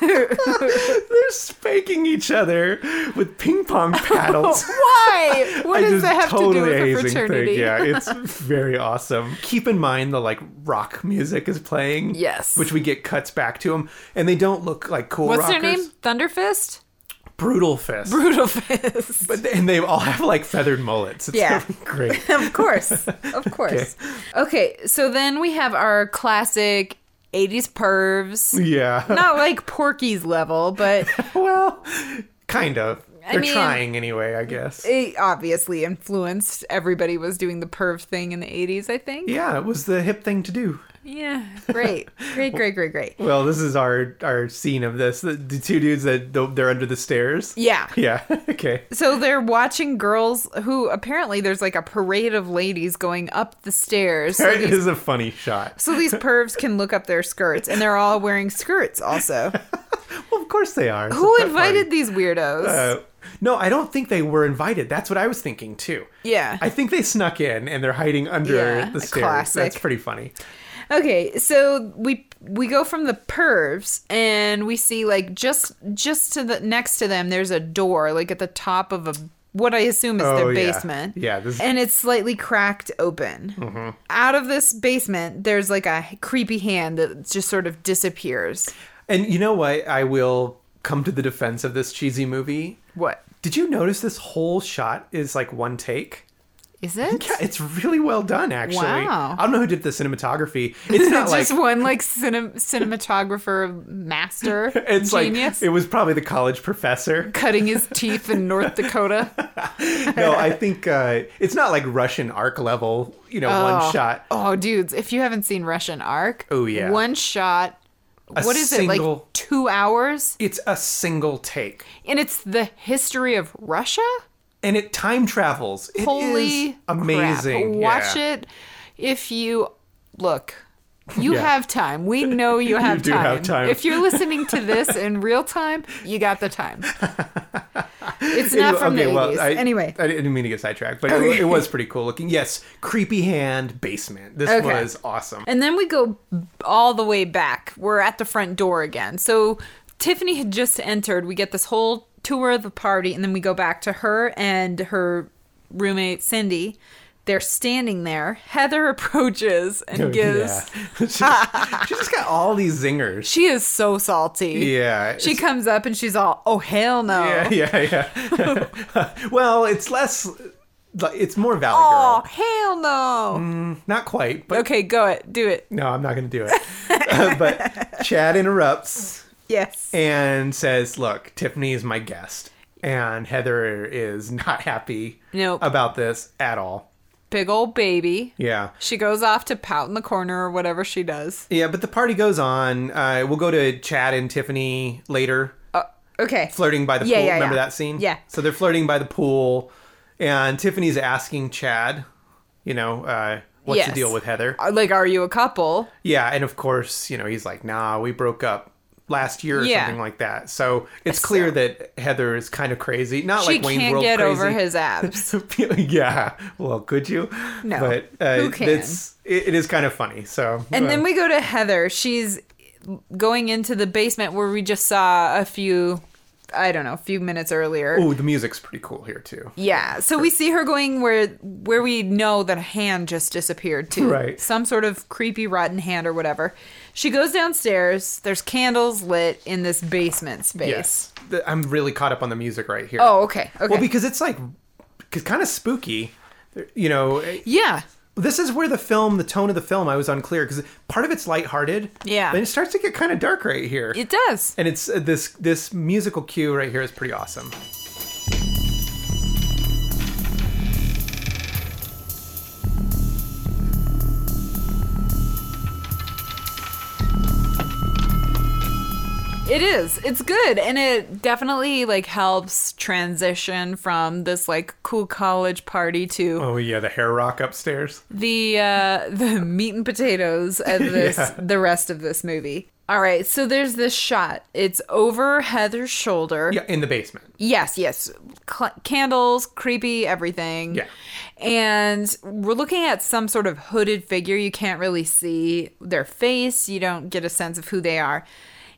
S1: They're spanking each other with ping
S2: *laughs*
S1: pong paddles.
S2: Why? What
S1: I
S2: does
S1: just
S2: that have
S1: totally
S2: to do with a
S1: hazing
S2: fraternity?
S1: Thing. Yeah,
S2: *laughs*
S1: it's very awesome. Keep in mind the like rock music is playing.
S2: Yes.
S1: which we get cuts back to them, and they don't look like cool.
S2: What's
S1: rockers.
S2: their name? Thunderfist?
S1: Brutal Fist.
S2: Brutal Fist.
S1: but they- and they all have like feathered mullets. It's
S2: Yeah.
S1: *laughs* great.
S2: *laughs* of course.
S1: *laughs*
S2: Of course. Okay. so then we have our classic 80s pervs.
S1: Yeah.
S2: *laughs* Not like Porky's level, but
S1: *laughs* Well, kind of. They're
S2: mean-
S1: trying anyway, I guess.
S2: it obviously influenced everybody was doing the perv thing in the 80s, I think.
S1: yeah, it was the hip thing to do.
S2: Yeah. Great. Great, great, great, great.
S1: Well, this is our our scene of this. The, the two dudes that they're under the stairs.
S2: Yeah.
S1: Yeah. *laughs* Okay.
S2: So they're watching girls who apparently there's like a parade of ladies going up the stairs. So
S1: It
S2: these
S1: is a funny shot.
S2: So these pervs can look up their skirts, and they're all wearing
S1: *laughs*
S2: skirts also.
S1: Well, of course they are. It's
S2: Who
S1: a pet
S2: invited
S1: party.
S2: these weirdos?
S1: Uh, no, I don't think they were invited. That's what I was thinking too.
S2: Yeah.
S1: I think they snuck in and they're hiding under
S2: Yeah,
S1: the stairs.
S2: classic.
S1: That's pretty funny.
S2: okay, so we we go from the pervs and we see like just just to the next to them there's a door like at the top of a what I assume is
S1: Oh,
S2: their
S1: yeah.
S2: basement.
S1: Yeah, this- Mm-hmm.
S2: and it's slightly cracked open. Out of this basement, there's like a creepy hand that just sort of disappears.
S1: And you know what? I will come to the defense of this cheesy movie.
S2: What
S1: Did you notice this whole shot is like one take?
S2: is it?
S1: Yeah, it's really well done, actually.
S2: Wow.
S1: I don't know who did the cinematography.
S2: *laughs*
S1: It's not like
S2: just one like cinem- cinematographer master
S1: *laughs* it's
S2: genius
S1: like it was probably the college professor.
S2: cutting his teeth in
S1: *laughs*
S2: North Dakota.
S1: No, I think uh, it's not like Russian arc level. You know,
S2: Oh.
S1: one shot.
S2: Oh, dudes, if you haven't seen Russian Arc,
S1: Oh, yeah.
S2: one shot.
S1: A
S2: what is it like?
S1: single-
S2: Two hours,
S1: It's a single take,
S2: and it's the history of Russia.
S1: and it time travels. It is
S2: Holy,
S1: amazing!
S2: crap. Watch it if you look. You
S1: Yeah.
S2: have time. We
S1: *laughs*
S2: know you have,
S1: do
S2: time.
S1: have time.
S2: If you're listening to this in real time, you got
S1: *laughs*
S2: the time. It's not from the 80s.
S1: I,
S2: anyway,
S1: I didn't mean to get sidetracked, but it, it was pretty cool looking. Yes, creepy hand basement. This
S2: Okay.
S1: was awesome.
S2: And then we go all the way back. We're at the front door again. So Tiffany had just entered. We get this whole tour of the party, and then we go back to her and her roommate, Cindy. They're standing there. Heather *laughs* approaches and gives.
S1: Oh, Yeah. *laughs* she, she just got all these zingers.
S2: She is so salty.
S1: Yeah,
S2: She
S1: it's-
S2: comes up and she's all, *laughs* oh, hell no.
S1: Yeah,
S2: *laughs*
S1: yeah, yeah. *laughs* well, it's less. like, It's more Valley
S2: Oh,
S1: Girl. Mm-hmm.
S2: hell no.
S1: Not quite, but
S2: Okay, go it. Do it.
S1: no, I'm not going to do it. Uh,
S2: *laughs*
S1: but Chad interrupts
S2: Yes.
S1: and says, "Look, Tiffany is my guest, and Heather is not happy
S2: Nope.
S1: about this at all."
S2: Big old baby.
S1: Yeah.
S2: She goes off to pout in the corner or whatever she does.
S1: Yeah, but the party goes on. Uh, we'll go to Chad and Tiffany later,
S2: Uh, okay.
S1: flirting by the
S2: Yeah,
S1: pool.
S2: yeah,
S1: Remember
S2: yeah.
S1: that scene?
S2: Yeah.
S1: So they're flirting by the pool, and Tiffany's asking Chad, you know, uh, what's
S2: Yes.
S1: the deal with Heather?
S2: Uh, like are you a couple
S1: Yeah, and of course, you know, he's like, nah, we broke up last year or
S2: Yeah.
S1: something like that. So it's clear that Heather is kind of crazy. Not
S2: she
S1: like Wayne's
S2: can't
S1: World
S2: get
S1: crazy.
S2: over his abs
S1: *laughs* yeah. Well, could you?
S2: No.
S1: But uh,
S2: Who can?
S1: It's, it, it is kind of funny. So.
S2: and then
S1: uh,
S2: we go to heather she's going into the basement where we just saw a few i don't know a few minutes earlier
S1: Oh, the music's pretty cool here too.
S2: yeah so we see her going where where we know that a hand just disappeared too
S1: Right.
S2: some sort of creepy rotten hand or whatever she goes downstairs there's candles lit in this basement space
S1: Yes. The- I'm really caught up on the music right here.
S2: oh okay okay
S1: Well, because it's like, because kind of spooky. You know,
S2: yeah
S1: this is where the film, the tone of the film, I was unclear because part of it's lighthearted.
S2: Yeah.
S1: Then it starts to get kind of dark right here.
S2: it does
S1: and it's uh, this this musical cue right here is pretty awesome.
S2: It is. It's good and it definitely like helps transition from this like cool college party to
S1: Oh yeah, the hair rock upstairs.
S2: the uh *laughs* the meat and potatoes of this
S1: *laughs* Yeah.
S2: the rest of this movie. All right, so there's this shot. It's over Heather's shoulder.
S1: Yeah, in the basement.
S2: Yes, yes. Cl- candles, creepy, everything.
S1: Yeah.
S2: And we're looking at some sort of hooded figure. You can't really see their face, you don't get a sense of who they are.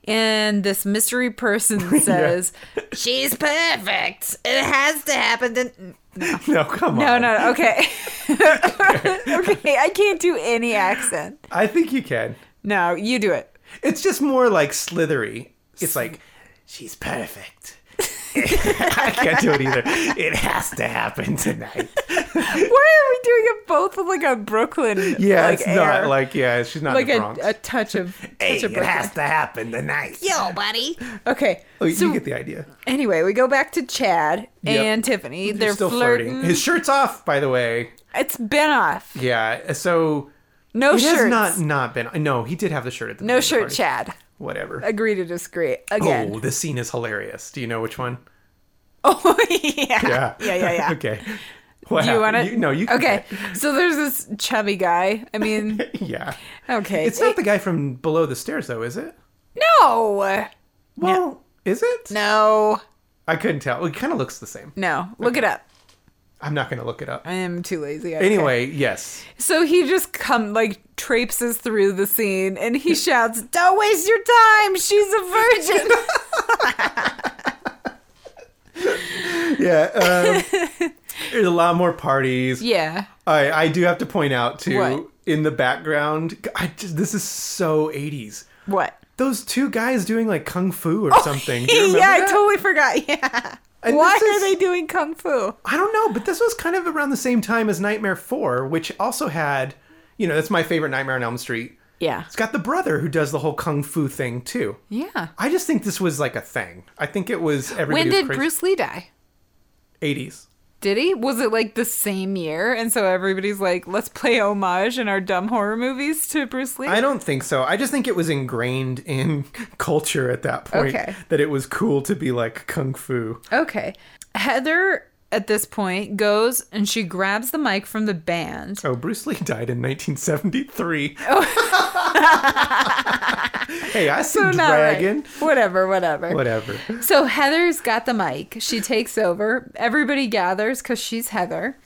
S2: And this
S1: *laughs*
S2: mystery person says, She's perfect. It has to happen. To-
S1: *laughs* No, come
S2: no,
S1: on.
S2: Oh, no, no. Okay. *laughs* okay, I can't do any accent.
S1: I think you can.
S2: No, you do it.
S1: It's just more like slithery. It's like she's perfect. *laughs* I can't do it either. It has to happen
S2: *laughs*
S1: tonight.
S2: Why are we doing it both with like a Brooklyn?
S1: Yeah,
S2: like,
S1: it's not
S2: air?
S1: like yeah, she's not
S2: like
S1: in the
S2: a,
S1: Bronx.
S2: a touch of touch
S1: hey,
S2: of
S1: it
S2: Brooklyn.
S1: has to happen tonight.
S4: Yo, buddy.
S2: Okay.
S1: Oh, you-
S2: so
S1: you get the idea.
S2: anyway, we go back to Chad
S1: Yep.
S2: and Tiffany. They're,
S1: He's still
S2: flirting.
S1: His shirt's off, by the way.
S2: It's been off.
S1: Yeah. So
S2: No
S1: it has
S2: shirts.
S1: not not been. No, he did have the shirt at the
S2: no
S1: birthday
S2: shirt,
S1: party.
S2: Chad.
S1: Whatever.
S2: Agree to disagree
S1: Oh,
S2: again.
S1: this scene is hilarious. Do you know which one?
S2: *laughs* Oh, yeah.
S1: Yeah.
S2: Yeah, yeah,
S1: *laughs*
S2: yeah.
S1: okay. What
S2: Do you want
S1: happened?
S2: to?
S1: no, you. Can
S2: Okay. So there's this chubby guy.
S1: *laughs*
S2: I mean,
S1: Yeah.
S2: okay.
S1: It's not the guy from below the stairs, though, is it?
S2: no,
S1: Well, is it?
S2: no,
S1: I couldn't tell. It kind of looks the same.
S2: no. Look it up.
S1: I'm not going to look it up.
S2: I am too lazy. Okay.
S1: Anyway, yes.
S2: so he just come like traipses through the scene and he shouts, "Don't waste your time. She's a virgin."
S1: *laughs* Yeah. Um,
S2: *laughs*
S1: there's a lot more parties.
S2: yeah.
S1: I, I do have to point out too
S2: What?
S1: in the background. I just, this is so 80s.
S2: What?
S1: Those two guys doing like kung fu or
S2: *laughs*
S1: something. Do you remember
S2: Oh, yeah, I
S1: that?
S2: totally forgot. Yeah.
S1: And
S2: Why
S1: this
S2: are
S1: is-
S2: they doing kung fu?
S1: I don't know, but this was kind of around the same time as Nightmare 4, which also had, you know, that's my favorite Nightmare on Elm Street.
S2: Yeah.
S1: It's got the brother who does the whole kung fu thing too.
S2: Yeah.
S1: I just think this was like a thing. I think it was everybody
S2: When
S1: was
S2: did
S1: crazy-
S2: Bruce Lee die?
S1: 80s.
S2: Did he? Was it like the same year? And so everybody's like, let's play homage in our dumb horror movies to Bruce Lee?
S1: I don't think so. I just think it was ingrained in *laughs* culture at that point
S2: Okay.
S1: that it was cool to be like kung fu.
S2: okay. Heather at this point goes and she grabs the mic from the band.
S1: Oh, Bruce Lee died in
S2: *laughs*
S1: 1973.
S2: Oh.
S1: hey, I see
S2: So *laughs* not right.
S1: dragon.
S2: Whatever, whatever.
S1: Whatever.
S2: So Heather's got the mic. She takes over. Everybody gathers because she's Heather.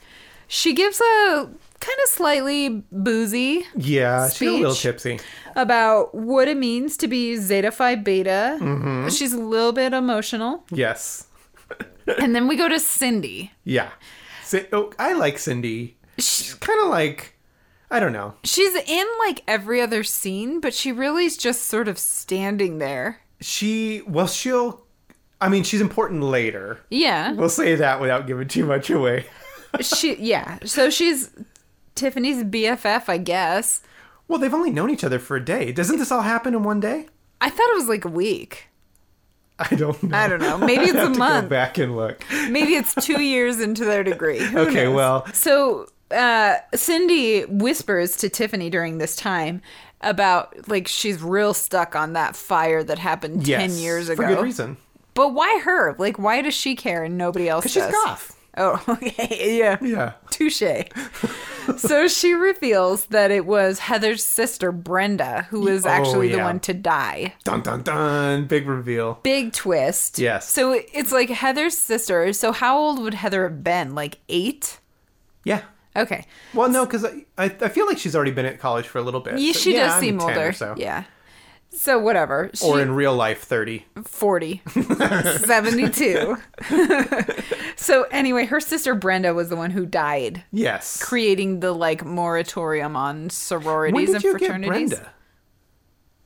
S2: She gives a kind of slightly boozy
S1: Yeah, she's a little
S2: Speech.
S1: tipsy.
S2: about what it means to be Zeta Phi Beta. She's a little bit emotional.
S1: *laughs* Yes.
S2: and then we go to Cindy.
S1: Yeah. Ci- oh, I like Cindy. She's kind of like, I don't know.
S2: She's in like every other scene, but she really is just sort of standing there.
S1: She, well, she'll, I mean, she's important later.
S2: Yeah.
S1: We'll say that without giving too much away.
S2: she yeah. So she's Tiffany's BFF, I guess.
S1: Well, they've only known each other for a day. Doesn't this all happen in one day?
S2: I thought it was like a week.
S1: I don't know.
S2: I don't know.
S1: *laughs*
S2: Maybe it's
S1: have to
S2: a
S1: go
S2: month.
S1: back and look.
S2: Maybe it's 2 years into their degree. Who
S1: Okay,
S2: knows?
S1: well,
S2: So uh, Cindy whispers to Tiffany during this time about like she's real stuck on that fire that happened
S1: yes,
S2: ten years ago.
S1: for good reason.
S2: But why her? Like, why does she care and nobody else?
S1: Because she's
S2: does?
S1: goth.
S2: Oh, *laughs* okay, yeah,
S1: Yeah.
S2: touche. so she reveals that it was Heather's sister Brenda who was
S1: Oh,
S2: actually the
S1: yeah.
S2: one to die.
S1: Dun dun dun! Big reveal.
S2: Big twist.
S1: Yes.
S2: So it's like Heather's sister. So how old would Heather have been? Like eight?
S1: Yeah.
S2: Okay.
S1: Well, no, because I, I I feel like she's already been at college for a little bit.
S2: Yeah,
S1: so-
S2: she does
S1: I mean,
S2: seem
S1: 10
S2: older.
S1: Or so.
S2: Yeah. So whatever. She,
S1: Or in real life, thirty. *laughs*
S2: 40. 72. *laughs* so anyway, her sister Brenda was the one who died
S1: Yes.
S2: creating the like moratorium on sororities
S1: when did
S2: and
S1: you get
S2: fraternities.
S1: Brenda?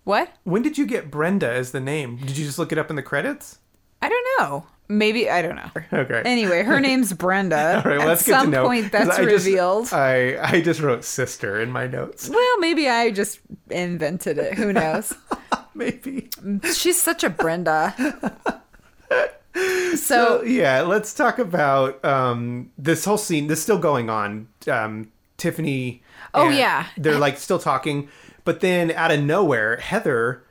S2: What?
S1: When did you get Brenda as the name? Did you just look it up in the credits?
S2: I don't know. Maybe I don't know.
S1: Okay. *laughs*
S2: Anyway, her name's Brenda.
S1: All right, well,
S2: At
S1: that's good
S2: some
S1: to know. *laughs* 'cause
S2: point, that's
S1: I just-
S2: revealed.
S1: I I just wrote sister in my notes. *laughs*
S2: well, maybe I just invented it. Who knows?
S1: Maybe.
S2: *laughs* She's such
S1: *laughs*
S2: a Brenda. So,
S1: So yeah, let's talk about um, this whole scene. This is still going on. Um, Tiffany.
S2: Oh,
S1: and-
S2: yeah.
S1: they're like still talking, but then out of nowhere, Heather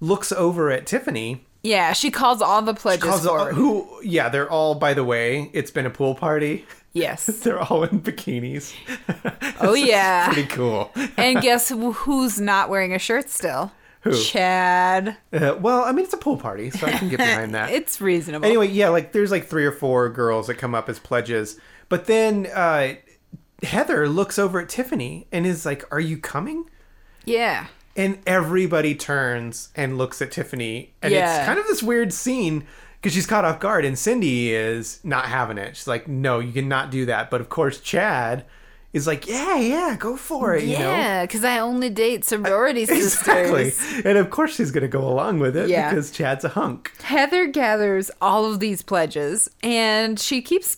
S1: looks over at Tiffany
S2: Yeah, she calls all the pledges
S1: Calls all-
S2: forward.
S1: who? Yeah, they're all. By the way, it's been a pool party. *laughs*
S2: yes.
S1: They're all in bikinis. *laughs*
S2: Oh yeah.
S1: Pretty cool.
S2: and guess who- who's not wearing a shirt still?
S1: Who?
S2: Chad.
S1: Uh, well, I mean, it's a pool party, so I can get
S2: *laughs*
S1: behind that.
S2: It's reasonable.
S1: anyway, yeah, like there's like three or four girls that come up as pledges, but then uh, Heather looks over at Tiffany and is like, "Are you coming?"
S2: Yeah.
S1: And everybody turns and looks at Tiffany, and
S2: Yeah.
S1: it's kind of this weird scene because she's caught off guard, and Cindy is not having it. She's like, "No, you cannot do that." But of course, Chad is like, "Yeah, yeah, go for it," you know.
S2: Yeah, because I only date
S1: *laughs*
S2: sorority
S1: Exactly.
S2: sisters.
S1: And of course she's going to go along with it
S2: Yeah.
S1: because Chad's a hunk.
S2: Heather gathers all of these pledges and she keeps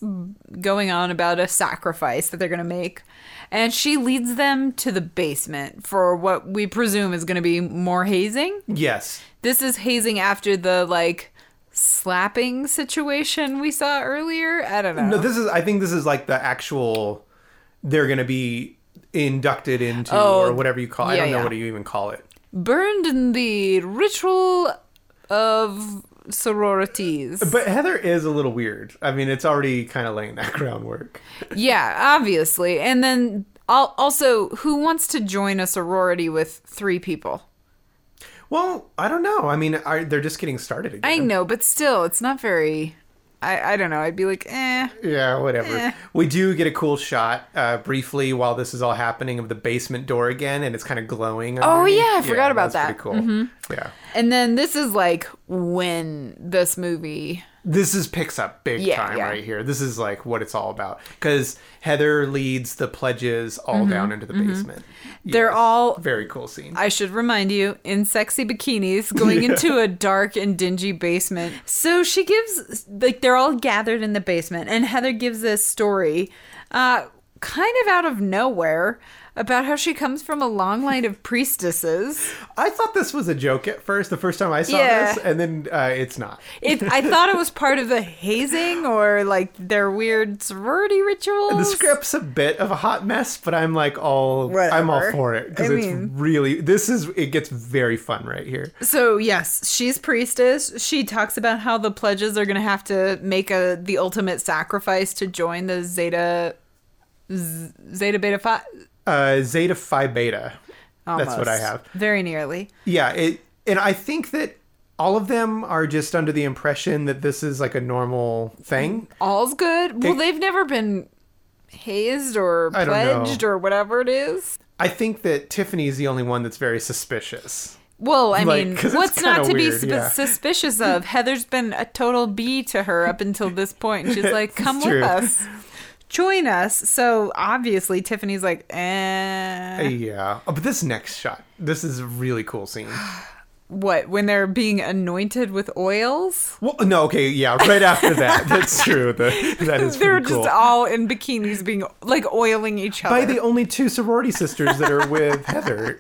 S2: going on about a sacrifice that they're going to make. And she leads them to the basement for what we presume is going to be more hazing.
S1: Yes.
S2: This is hazing after the like slapping situation we saw earlier. I don't know.
S1: No, this is. I think this is like the actual. They're going to be inducted into
S2: Oh,
S1: or whatever you call. it. I
S2: yeah,
S1: don't know
S2: yeah.
S1: what you even call it.
S2: Burned in the ritual of sororities.
S1: But Heather is a little weird. I mean, it's already kind of laying that *laughs* groundwork.
S2: Yeah, obviously. And then al- also, who wants to join a sorority with three people?
S1: Well, I don't know. I mean, are, they're just getting started again.
S2: I know, but still, it's not very. I, I don't know. I'd be like, eh.
S1: Yeah, whatever. We do get a cool shot uh, briefly while this is all happening of the basement door again, and it's kind of glowing.
S2: Oh, yeah, I
S1: underneath.
S2: forgot about
S1: that's
S2: that. Mm-hmm.
S1: Pretty cool. Yeah,
S2: And then this is like when this movie.
S1: this is picks up big
S2: Yeah,
S1: time
S2: yeah.
S1: right here. This is like what it's all about because Heather leads the pledges all down into the basement.
S2: Mm-hmm. They're
S1: Yes.
S2: all,
S1: very cool scene.
S2: I should remind you, in sexy bikinis going into a dark and dingy basement. So she gives, like, they're all gathered in the basement, and Heather gives this story, uh, kind of out of nowhere, about how she comes from a long line of priestesses.
S1: I thought this was a joke at first, the first time I saw
S2: Yeah.
S1: this, and then uh, it's not.
S2: It, I thought it was part of the hazing or like their weird sorority rituals.
S1: The script's a bit of a hot mess, but I'm like all I'm all
S2: Whatever.
S1: for it because
S2: I
S1: it's
S2: mean-
S1: really this is it gets very fun right here.
S2: So yes, she's priestess. She talks about how the pledges are going to have to make a the ultimate sacrifice to join the Zeta Z- Zeta Beta Phi.
S1: Uh, Zeta Phi Beta. That's what I
S2: Almost.
S1: have.
S2: Very nearly.
S1: Yeah, it and I think that all of them are just under the impression that this is like a normal thing.
S2: All's good. Well,
S1: It-
S2: they've never been hazed or
S1: I don't
S2: pledged
S1: know.
S2: or whatever it is.
S1: I think that Tiffany is the only one that's very suspicious.
S2: Well, I
S1: Like,
S2: mean,
S1: 'cause it's
S2: what's not
S1: kinda
S2: to be
S1: weird,
S2: sp-
S1: yeah. *laughs*
S2: suspicious of? Heather's been a total bee to her up until this point.
S1: *laughs*
S2: She's like, "Come with
S1: true.
S2: us, join us." So obviously, Tiffany's like, "Eh,
S1: Yeah. Oh, but this next shot, this is a really cool scene.
S2: what?" When they're being anointed with oils,
S1: Well, no, okay, yeah, right after
S2: *laughs*
S1: that. That's true. The, that is
S2: they're
S1: pretty cool.
S2: just all in bikinis, being like oiling each other.
S1: by the only two sorority sisters that are
S2: *laughs*
S1: with Heather.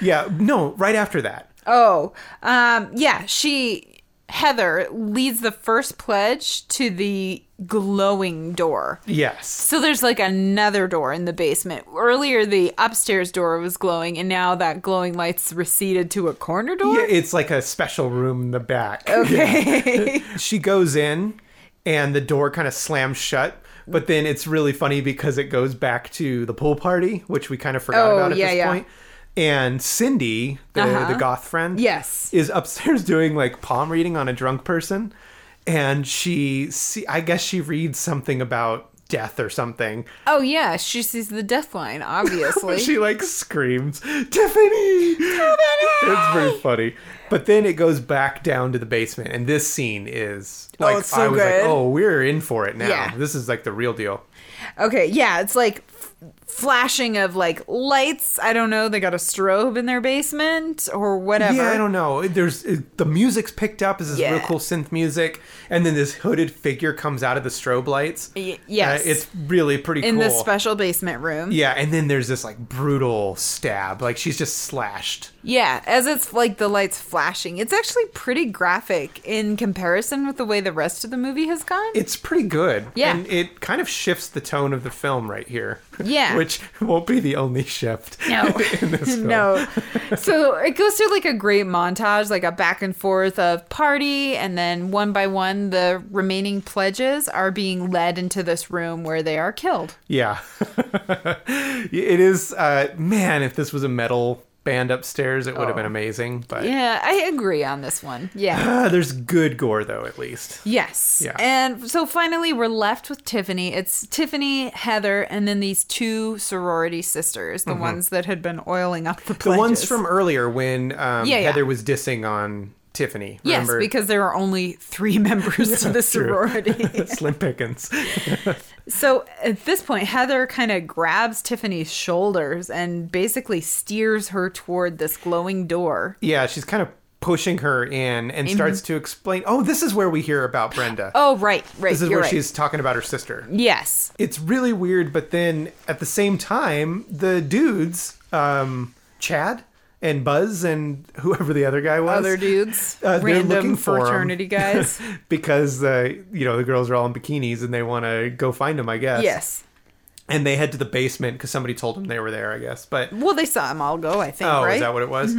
S1: Yeah, no, right after that.
S2: Oh, um, yeah. She Heather leads the first pledge to the glowing door.
S1: Yes.
S2: So there's like another door in the basement. Earlier, the upstairs door was glowing, and now that glowing light's receded to a corner door.
S1: Yeah, it's like a special room in the back. *laughs* Okay. *laughs* she goes in and the door kind of slams shut. But then it's really funny because it goes back to the pool party, which we kind of forgot
S2: Oh,
S1: about at
S2: yeah,
S1: this
S2: yeah. Uh-huh.
S1: point. And Cindy, the, the goth friend,
S2: Yes.
S1: is upstairs *laughs* doing like palm reading on a drunk person, and she see, I guess she reads something about death or something,
S2: Oh yeah, she sees the death line,
S1: *laughs*
S2: obviously.
S1: she like screams, Tiffany! It's very funny. But then it goes back down to the basement, and this scene is like
S2: it's so
S1: I was
S2: good.
S1: like, oh, we're in for it now.
S2: Yeah.
S1: This is like the real deal.
S2: okay, yeah, it's like f- flashing of like lights. I don't know. They got a strobe in their basement or whatever.
S1: Yeah, I don't know. There's it, the music's picked up. Is this
S2: Yeah.
S1: real cool synth music? And then this hooded figure comes out of the strobe lights. Uh,
S2: Y- yes.
S1: it's really pretty
S2: in
S1: cool.
S2: this special basement room.
S1: yeah, and then there's this like brutal stab. Like she's just slashed.
S2: Yeah, as it's like the lights flashing. It's actually pretty graphic in comparison with the way the rest of the movie has gone.
S1: It's pretty good.
S2: Yeah.
S1: and it kind of shifts the tone of the film right here. *laughs*
S2: Yeah.
S1: Which won't be the only
S2: *laughs*
S1: shift
S4: No.
S1: in this film.
S2: No. so it goes through like a great montage, like a back and forth of party, and then one by one, the remaining pledges are being led into this room where they are killed.
S1: Yeah. *laughs* it is, uh, man, if this was a metal band upstairs, it would have been amazing. But
S2: Yeah, I agree on this one. Oh. Yeah.
S1: Ah, *sighs* there's good gore, though, at least.
S2: Yes.
S1: Yeah.
S2: And so finally, we're left with Tiffany. It's Tiffany, Heather, and then these two sorority sisters, the ones that had been oiling up the
S1: Mm-hmm. The
S2: pledges.
S1: ones from earlier when um,
S2: Yeah, yeah.
S1: Heather was dissing on Tiffany.
S2: Yes,
S1: remember? *laughs*
S2: because there are only three *laughs* members to the sorority.
S1: *laughs* Slim Pickens.
S2: So at this point, Heather kind of grabs Tiffany's shoulders and basically steers her toward this glowing door.
S1: Yeah, she's kind of pushing her in and starts to explain. Oh, this is where we hear about Brenda.
S2: Mm-hmm. Oh, right, right.
S1: this is
S2: you're
S1: where
S2: right.
S1: she's talking about her sister.
S2: Yes.
S1: It's really weird, but then at the same time, the dudes, um, Chad and Buzz and whoever the other guy was,
S2: Other dudes,
S1: Uh, they're
S2: random
S1: looking for 'em.
S2: fraternity guys.
S1: *laughs* because uh, you know the girls are all in bikinis and they want to go find him, I guess.
S2: yes.
S1: And they head to the basement because somebody told them they were there, I guess. But
S2: Well, they saw them all go. I think.
S1: Oh,
S2: right? Mm-hmm.
S1: is that what it was?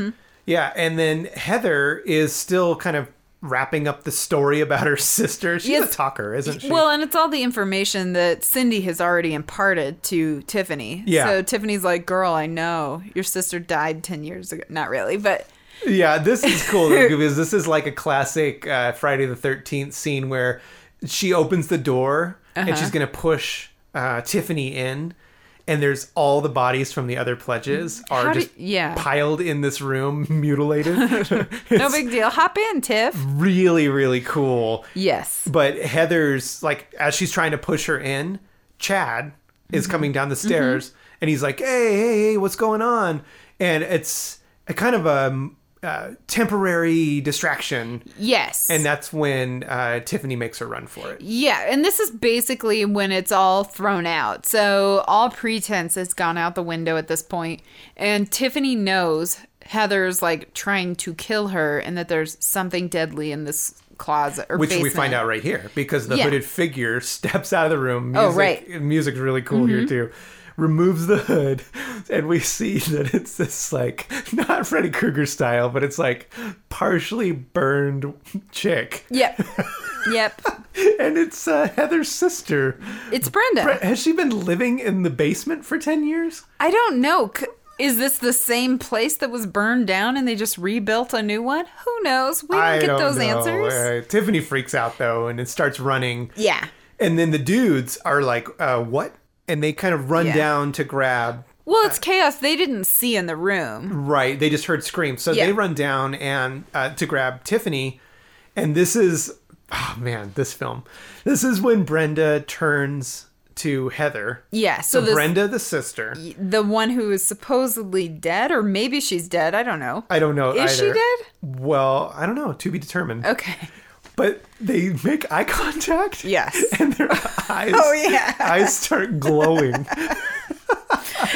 S1: Yeah, and then Heather is still kind of wrapping up the story about her *laughs* sister. She's
S2: Yes.
S1: a talker, isn't she?
S2: Well, and it's all the information that Cindy has already imparted to Tiffany.
S1: Yeah.
S2: So Tiffany's like, "Girl, I know your sister died ten years ago. Not really, but
S1: yeah, this is cool
S2: *laughs*
S1: though, because this is like a classic uh, Friday the Thirteenth scene where she opens the door and
S2: Uh-huh.
S1: she's going to push uh, Tiffany in. And there's all the bodies from the other pledges are
S2: Mm, How do-
S1: just
S2: yeah.
S1: piled in this room, *laughs*
S2: *laughs*
S1: mutilated.
S2: no
S1: It's
S2: big deal. Hop in, Tiff.
S1: really, really cool.
S2: Yes.
S1: But Heather's like, as she's trying to push her in, Chad is coming down the stairs and he's like, hey, hey, hey, what's going on? And it's a kind of a um, uh, temporary distraction.
S2: Yes.
S1: And that's when uh, Tiffany makes her run for it.
S2: Yeah, and this is basically when it's all thrown out. So all pretense has gone out the window at this point, and Tiffany knows Heather's like trying to kill her, and that there's something deadly in this closet or
S1: Which we
S2: basement.
S1: find out right here because the
S2: Yeah.
S1: hooded figure *laughs* steps out of the room.
S2: Oh,
S1: Music,
S2: right. Mm-hmm.
S1: Music's really cool here, too. Removes the hood, and we see *laughs* that it's this like not Freddy Krueger style, but it's like partially burned chick.
S2: Yep. yep.
S1: and it's uh, Heather's sister.
S2: It's Brenda.
S1: Has she been living in the basement for 10 years?
S2: I don't know. C- Is this the same place that was burned down and they just rebuilt a new one? Who knows? We don't get those answers.
S1: Uh, Tiffany freaks out though and it starts running.
S2: Yeah.
S1: And then the dudes are like, uh, what? And they kind of run
S2: Yeah.
S1: down to grab.
S2: Well, it's chaos they didn't see in the room.
S1: Right. They just heard screams. So
S2: Yeah.
S1: they run down and uh, to grab Tiffany. And this is, oh man, this film. This is when Brenda turns to Heather.
S2: Yeah, so this-
S1: Brenda, the sister.
S2: the one who is supposedly dead, or maybe she's dead. I don't know.
S1: I don't know.
S2: Is she
S1: either.
S2: dead?
S1: Well, I don't know. To be determined.
S2: Okay.
S1: But they make eye contact.
S2: Yes.
S1: *laughs* And their eyes.
S2: Oh, yeah.
S1: *laughs* Eyes start
S2: *laughs*
S1: glowing.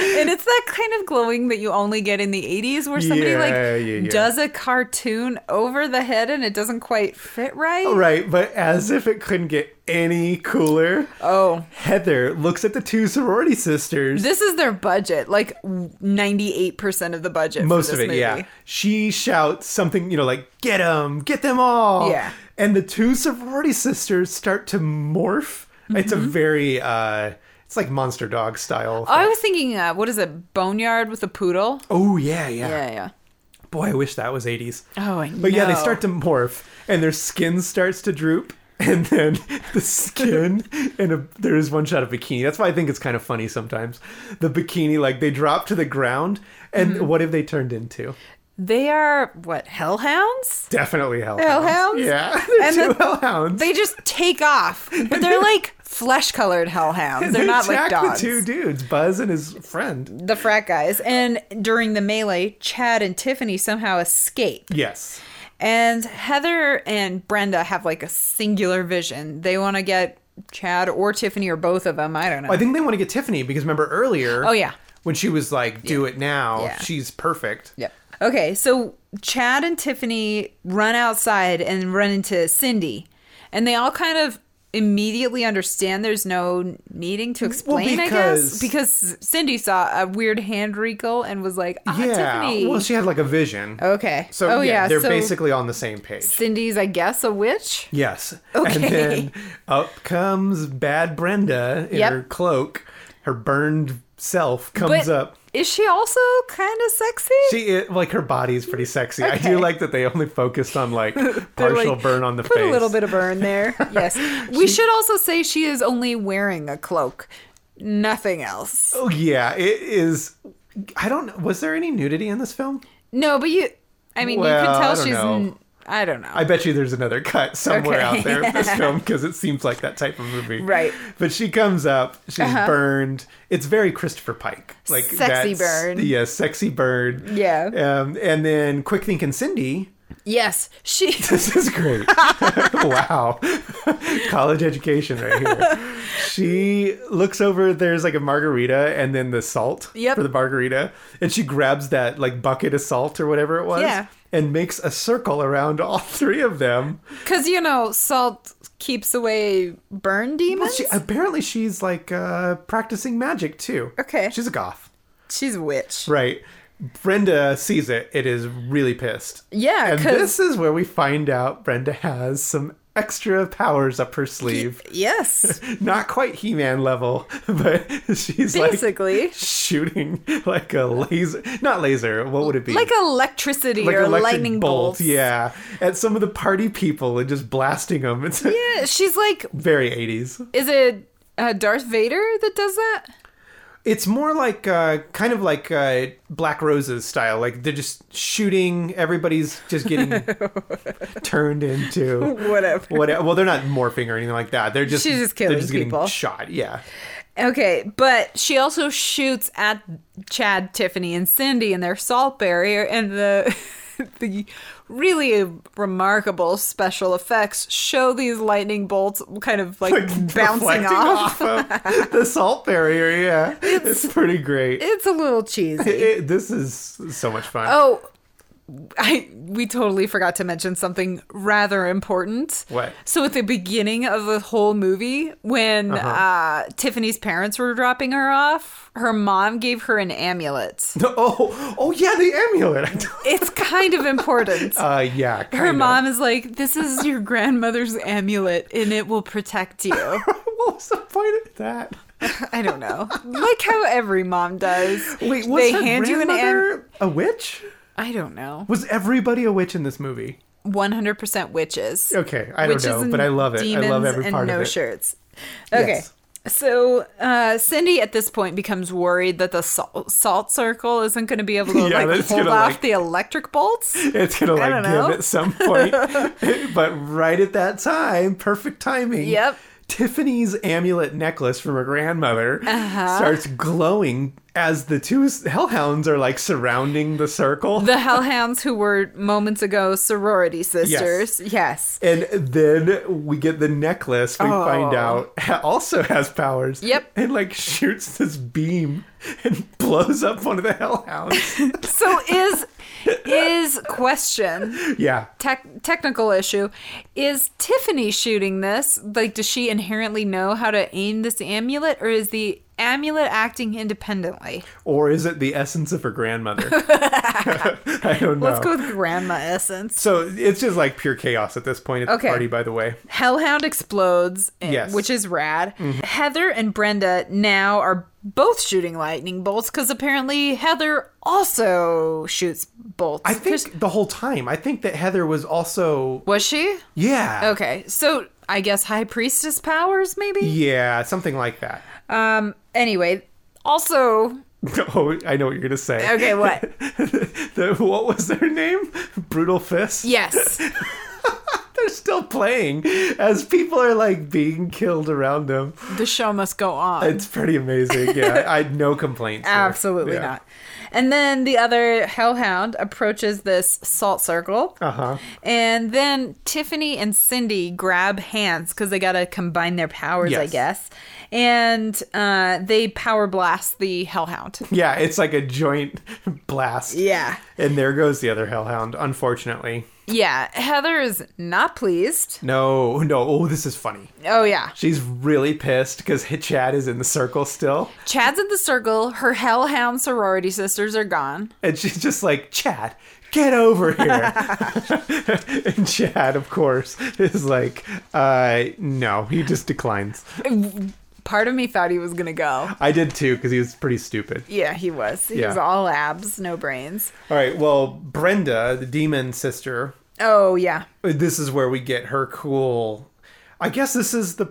S2: And it's that kind of glowing that you only get in the 80s where somebody
S1: Yeah,
S2: like
S1: yeah, yeah.
S2: does a cartoon over the head and it doesn't quite fit right.
S1: right. But as if it couldn't get any cooler.
S2: Oh.
S1: Heather looks at the two sorority sisters.
S2: This is their budget, like 98% of the budget. for
S1: most of
S2: this
S1: it, yeah.
S2: movie.
S1: She shouts something, you know, like "Get them, get them all!"
S2: Yeah.
S1: And the two sorority sisters start to morph. It's a very, uh it's like monster dog style.
S2: Mm-hmm. I was thinking, uh, what is it, Boneyard with a poodle?
S1: oh yeah, yeah,
S2: Yeah, yeah.
S1: Boy, I wish that was eighties.
S2: Oh, I know.
S1: But yeah, they start to morph, and their skin starts to droop, *laughs* and then the
S2: *laughs*
S1: skin and a, there is one shot of bikini. That's why I think it's kind of funny sometimes. The bikini, like they drop to the ground, and
S2: Mm-hmm.
S1: what have they turned into?
S2: They are, what, hellhounds?
S1: Definitely hellhounds.
S2: Hellhounds?
S1: Yeah, *laughs* they're
S2: And
S1: two
S2: the-
S1: hellhounds.
S2: They just take off, but they're like flesh colored hellhounds. They're
S1: They
S2: not like
S1: attack
S2: dogs.
S1: The two dudes, Buzz and his friend.
S2: the frat guys. And during the melee, Chad and Tiffany somehow escape.
S1: Yes.
S2: And Heather and Brenda have like a singular vision. They want to get Chad or Tiffany or both of them. I don't know.
S1: I think they want to get Tiffany because remember earlier.
S2: Oh, yeah.
S1: When she was like, "Do it now,"
S2: Yeah.
S1: she's perfect.
S2: yep. Okay, so Chad and Tiffany run outside and run into Cindy. And they all kind of immediately understand there's no needing to explain,
S1: because-
S2: I guess. Because Cindy saw a weird hand wrinkle and was like, ah,
S1: yeah.
S2: Tiffany.
S1: Well, she had like a vision.
S2: okay.
S1: So
S2: oh,
S1: yeah,
S2: yeah.
S1: they're
S2: so
S1: basically on the same page.
S2: Cindy's, I guess, a witch.
S1: Yes. And
S2: Okay.
S1: then up comes bad Brenda in
S2: Yep.
S1: her cloak. Her burned self comes
S2: But
S1: up.
S2: is she also kind of sexy?
S1: She it, like her body's pretty sexy. I
S2: Okay.
S1: do like that they only focused on like
S2: *laughs* They're
S1: partial
S2: like,
S1: burn on the
S2: put
S1: face.
S2: a little bit of
S1: *laughs*
S2: burn there. yes. We should also say she is only wearing a cloak, nothing else.
S1: Oh yeah, it is. I don't. know. Was there any nudity in this film?
S2: No, but you. I mean, you
S1: Well,
S2: can
S1: I
S2: tell
S1: don't
S2: she's.
S1: know.
S2: n- I don't know.
S1: I bet you there's another cut somewhere
S2: Okay.
S1: out there of
S2: *laughs*
S1: this film because it seems like that type of movie.
S2: Right. Uh-huh.
S1: But she comes up, she's burned. It's very Christopher Pike. Like
S2: Sexy
S1: that's-
S2: burn.
S1: Yeah, sexy burn.
S2: Yeah.
S1: Um, and then Quick Think and Cindy.
S2: yes, she. *laughs*
S1: This is great. *laughs* wow. College education right here. She looks over, there's like a margarita and then the salt
S2: Yep.
S1: for the margarita. And she grabs that like bucket of salt or whatever it was
S2: Yeah.
S1: and makes a circle around all *laughs* three of them.
S2: Because, you know, salt keeps away burn demons.
S1: She, apparently, she's like uh, practicing magic too.
S2: Okay.
S1: She's a goth.
S2: she's a witch.
S1: Right. Brenda sees it. It is really pissed.
S2: Yeah,
S1: And
S2: 'cause-
S1: this is where we find out Brenda has some extra powers up her sleeve.
S2: Yes,
S1: Not quite He Man level, *laughs* but she's
S2: Basically.
S1: like shooting like a laser. Not laser. What would it *laughs* be?
S2: like electricity
S1: Like
S2: or
S1: electric
S2: lightning
S1: bolt,
S2: bolts.
S1: Yeah. At some of the party people and just blasting them. It's
S2: Yeah, she's like,
S1: very 80s.
S2: is it uh, Darth Vader that does that?
S1: It's more like uh, kind of like uh, Black Roses style. Like they're just shooting. Everybody's just
S2: *laughs*
S1: getting turned into
S2: Whatever.
S1: whatever. Well, they're not morphing or anything like that. They're just
S2: She's just killing
S1: they're just
S2: people.
S1: getting shot. Yeah,
S2: Okay, but she also shoots at Chad, Tiffany, and Cindy in their salt barrier, and the *laughs* the really remarkable special effects show these lightning bolts kind of
S1: *laughs*
S2: like, *laughs* bouncing
S1: Reflecting
S2: off.
S1: of the salt barrier. Yeah, it's, pretty great.
S2: It's a little cheesy.
S1: It- this is so much fun.
S2: Oh, I we totally forgot to mention something rather important.
S1: What?
S2: So at the beginning of the whole movie, when uh Tiffany's parents were dropping her off, her mom gave her an amulet.
S1: *laughs* oh, oh yeah, the amulet. *laughs*
S2: It's kind of important.
S1: uh, yeah,
S2: her
S1: kinda.
S2: mom is like, "This is your grandmother's amulet, and it will protect you."
S1: *laughs* what was the point of that?
S2: I don't know, like how every mom does.
S1: Wait, was
S2: they
S1: her
S2: hand you an am-
S1: grandmother a witch?
S2: I don't know.
S1: Was everybody a witch in this movie?
S2: One hundred percent witches.
S1: Okay, I don't
S2: witches
S1: know,
S2: and
S1: but I love it. I love
S2: demons
S1: every
S2: and
S1: part
S2: no
S1: of it.
S2: shirts. Okay.
S1: Yes.
S2: So uh, Cindy at this point becomes worried that the salt, salt circle isn't going to be able to
S1: *laughs* Yeah,
S2: like
S1: that's
S2: hold
S1: gonna,
S2: off
S1: like-
S2: the electric bolts.
S1: It's gonna
S2: don't
S1: like
S2: know.
S1: give at some
S2: *laughs*
S1: point, but right at that time, perfect timing.
S2: Yep.
S1: Tiffany's amulet necklace from her grandmother
S2: Uh-huh.
S1: starts glowing as the two s- hellhounds are like surrounding the circle.
S2: The Hellhounds, who were moments ago sorority sisters, yes,
S1: and then we get the necklace we
S2: Oh.
S1: find out ha- also has powers.
S2: Yep.
S1: And like shoots this beam and blows up one of the
S2: *laughs*
S1: hellhounds.
S2: So is is question
S1: yeah.
S2: tech, technical issue? Is Tiffany shooting this? Like, does she inherently know how to aim this amulet, or is the amulet acting independently?
S1: Or is it the essence of her
S2: *laughs*
S1: grandmother? *laughs* I don't know.
S2: Let's go with grandma essence.
S1: So it's just like pure chaos at this point at
S2: Okay.
S1: the party, by the way.
S2: Hellhound explodes, eh,
S1: Yes. Mm-hmm.
S2: which is rad. Heather and Brenda now are both shooting lightning bolts because apparently Heather also shoots bolts.
S1: I think the whole time, I think that Heather was also.
S2: was she?
S1: Yeah.
S2: Okay, so I guess high priestess powers, maybe.
S1: Yeah, something like that. *laughs*
S2: Um. Anyway, also,
S1: Oh, I know what you're going to say.
S2: okay, *laughs* what?
S1: *laughs* The- what was their name? Brutal Fist?
S2: yes.
S1: They're still playing as people are like being killed around them.
S2: The show must go on.
S1: It's pretty amazing.
S2: *laughs*
S1: Yeah, I had no complaints. there.
S2: Absolutely
S1: Yeah.
S2: not. And then the other hellhound approaches this salt circle.
S1: Uh-huh.
S2: And then Tiffany and Cindy grab hands because they got to combine their powers, I
S1: Yes.
S2: guess. And uh, they power blast the hellhound.
S1: Yeah, it's like a joint *laughs* blast.
S2: Yeah.
S1: And there goes the other hellhound, unfortunately.
S2: Yeah, Heather is not pleased.
S1: No, no. Oh, this is funny.
S2: Oh, yeah.
S1: She's really pissed because *laughs* Chad is in the circle still.
S2: Chad's in the circle. Her hellhound sorority sisters are gone.
S1: And she's just like, Chad, get over here. *laughs* and Chad, of course, is like, uh, no, he just declines.
S2: Part of me thought he was going to go.
S1: I did too because he was pretty stupid.
S2: Yeah, he was. He
S1: Yeah.
S2: was all abs, no brains.
S1: All right. Well, Brenda, the demon sister,
S2: Oh, yeah.
S1: this is where we get her cool. I guess this is the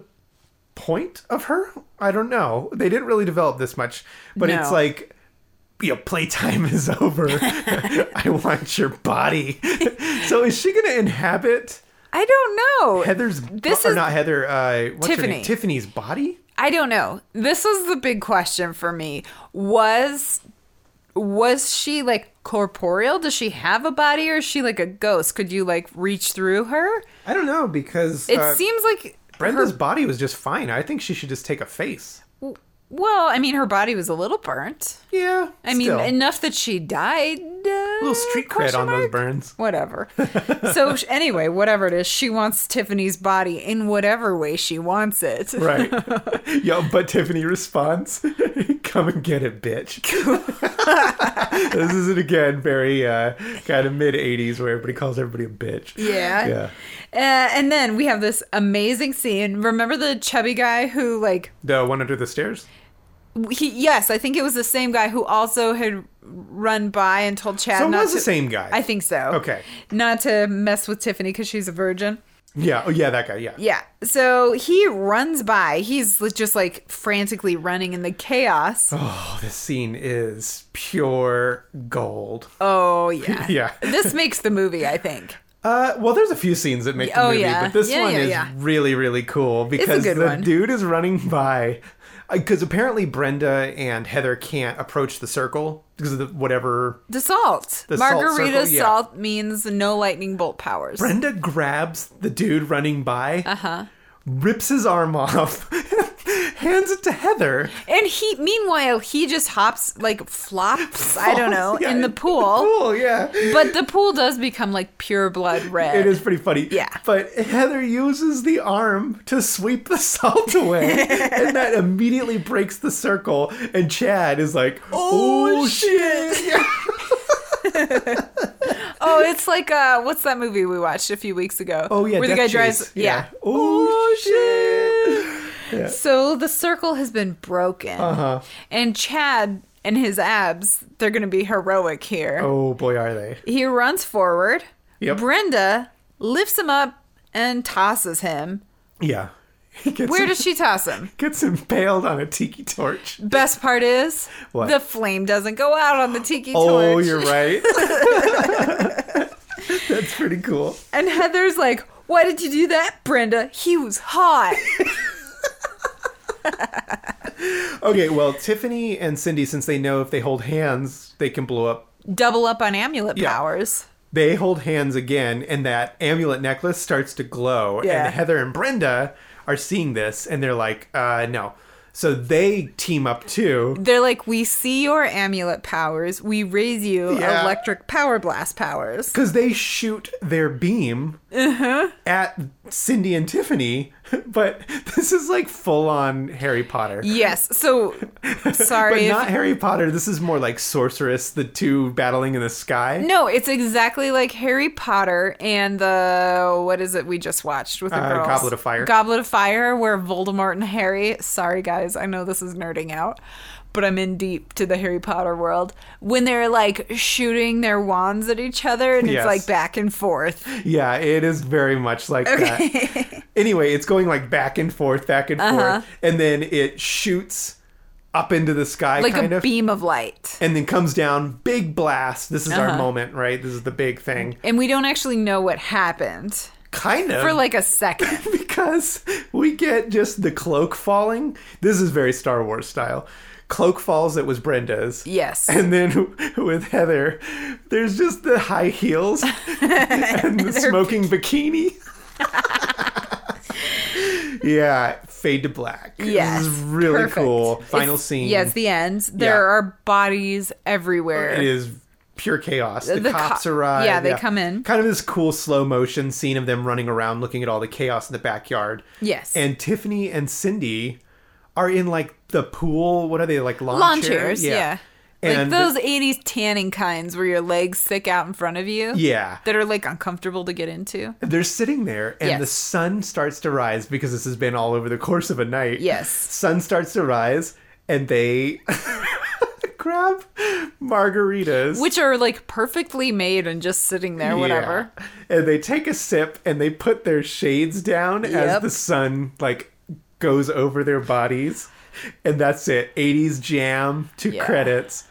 S1: point of her. I don't know. They didn't really develop this much, but it's
S2: No.
S1: like. Your playtime is
S2: *laughs*
S1: over. I want your body. *laughs* so is she going to inhabit
S2: I don't know.
S1: Heather's bo-
S2: This
S1: or
S2: is-
S1: not Heather. Uh, what's Her
S2: Tiffany.
S1: name? Tiffany's body.
S2: I don't know. This was the big question for me. Was was she like corporeal? Does she have a body or is she like a ghost? Could you like reach through her?
S1: I don't know because
S2: It
S1: uh,
S2: seems like
S1: Brenda's body was just fine. I think she should just take a face.
S2: well, I mean her body was a little burnt.
S1: Yeah,
S2: I mean
S1: still.
S2: enough that she died. uh,
S1: a little street cred on those burns. *laughs*
S2: Whatever. so sh- anyway, whatever it is, she wants Tiffany's body in whatever way she wants it.
S1: Right. *laughs* Yo, but Tiffany responds, *laughs* "Come and get it,
S2: *laughs*
S1: bitch." this is it again, very uh, kind of mid '80s where everybody calls everybody a bitch.
S2: Yeah.
S1: Yeah.
S2: Uh, and then we have this amazing scene. Remember the chubby guy who like
S1: The one under the stairs.
S2: he yes, I think it was the same guy who also had run by and told Chad
S1: So it
S2: not
S1: was
S2: to
S1: the same guy.
S2: I think so.
S1: Okay.
S2: Not to mess with Tiffany cuz she's a virgin.
S1: Yeah. Oh, yeah. That guy. Yeah.
S2: Yeah. So he runs by. He's just like frantically running in the chaos.
S1: Oh, this scene is pure gold.
S2: Oh yeah.
S1: *laughs* Yeah.
S2: this makes the movie, I think.
S1: Uh, well, there's a few scenes that make the
S2: Oh,
S1: movie,
S2: yeah.
S1: but this
S2: Yeah,
S1: one
S2: yeah,
S1: is
S2: yeah.
S1: really, really cool because
S2: good
S1: the
S2: one.
S1: dude is running by. Because apparently Brenda and Heather can't approach the circle because of the whatever.
S2: The salt.
S1: The salt
S2: Margarita
S1: circle, yeah.
S2: salt means no lightning bolt powers.
S1: Brenda grabs the dude running by, uh-huh. rips his arm off, *laughs* hands it to Heather.
S2: And he, meanwhile, he just hops, like flops, I don't know,
S1: *laughs* Yeah,
S2: in the pool.
S1: Cool, yeah.
S2: But the pool does become like pure blood red.
S1: *laughs* It is pretty funny.
S2: Yeah.
S1: But Heather uses the arm to sweep the salt away, and
S2: *laughs*
S1: that immediately breaks the circle. And Chad is like, "Oh, shit!"
S2: Oh, it's like uh, what's that movie we watched a few weeks ago?
S1: Oh yeah,
S2: where the
S1: Death
S2: guy
S1: Chase.
S2: drives. Yeah.
S1: Oh shit!
S2: So the circle has been broken,
S1: Uh-huh.
S2: and Chad and his abs—they're going to be heroic here.
S1: Oh boy, are they?
S2: He runs forward.
S1: Yep.
S2: Brenda lifts him up and tosses him.
S1: Yeah. *laughs* He gets
S2: Where does she toss him?
S1: gets impaled on a tiki torch?
S2: Best part is
S1: What?
S2: the flame doesn't go out on the tiki torch.
S1: Oh, you're right. *laughs* That's pretty cool.
S2: *laughs* And Heather's like, "Why did you do that, Brenda? He was
S1: *laughs*
S2: hot."
S1: Okay, well, Tiffany and Cindy, since they know if they hold hands, they can blow up
S2: Double up on amulet
S1: Yeah.
S2: powers.
S1: they hold hands again and that amulet necklace starts to glow
S2: Yeah.
S1: and heather and brenda are seeing this and they're like uh no so they team up too
S2: They're like, "We see your amulet powers. We raise you
S1: Yeah.
S2: electric power
S1: *laughs*
S2: blast powers."
S1: because they shoot their beam
S2: Uh-huh.
S1: at cindy and tiffany *laughs* but this is like full-on harry potter
S2: Yes. So,
S1: but
S2: sorry. if-
S1: not harry potter this is more like sorceress the two battling in the sky
S2: no, it's exactly like Harry Potter and the what is it we just watched with the
S1: Uh,
S2: girls?
S1: Goblet of Fire.
S2: Goblet of Fire, where Voldemort and Harry. Sorry, guys, I know this is nerding out, but I'm in deep to the Harry Potter world. When they're like shooting their wands at each other, and
S1: Yes.
S2: it's like back and forth.
S1: Yeah, it is very much like
S2: *laughs*
S1: that. Anyway, it's going like back and forth, back and
S2: Uh-huh.
S1: forth, and then it shoots up into the sky,
S2: like
S1: kind
S2: a
S1: of,
S2: beam of light.
S1: and then comes down. Big blast! This is
S2: Uh-huh.
S1: our moment, right? This is the big thing,
S2: And we don't actually know what happened
S1: kind of
S2: for like a second.
S1: *laughs* because we get just the cloak falling. This is very Star Wars style. Cloak falls. It was Brenda's.
S2: Yes.
S1: And then *laughs* with Heather, there's just the high
S2: *laughs*
S1: heels and the smoking bikini. yeah, fade to black.
S2: Yes.
S1: This is really
S2: perfect.
S1: cool. Final
S2: It's-
S1: scene.
S2: Yes, the end. There
S1: Yeah.
S2: are bodies everywhere.
S1: It is pure chaos. The,
S2: The
S1: cops
S2: co-
S1: arrive.
S2: yeah, they come in.
S1: Kind of this cool slow motion scene of them running around looking at all the chaos in the backyard.
S2: Yes.
S1: And Tiffany and Cindy are in like the pool. What are they like lawn,
S2: lawn
S1: chair?
S2: chairs, yeah.
S1: And
S2: like those 80s tanning kinds where your legs stick out in front of you.
S1: Yeah.
S2: That are like uncomfortable to get into.
S1: They're sitting there, and
S2: Yes.
S1: the sun starts to rise because this has been all over the course of a night.
S2: Yes.
S1: Sun starts to rise, and they *laughs* grab margaritas.
S2: Which are like perfectly made and just sitting there, whatever.
S1: Yeah. And they take a sip and they put their shades down as
S2: Yep.
S1: the sun like goes over their bodies. And that's it. 80s jam to
S2: Yeah.
S1: credits.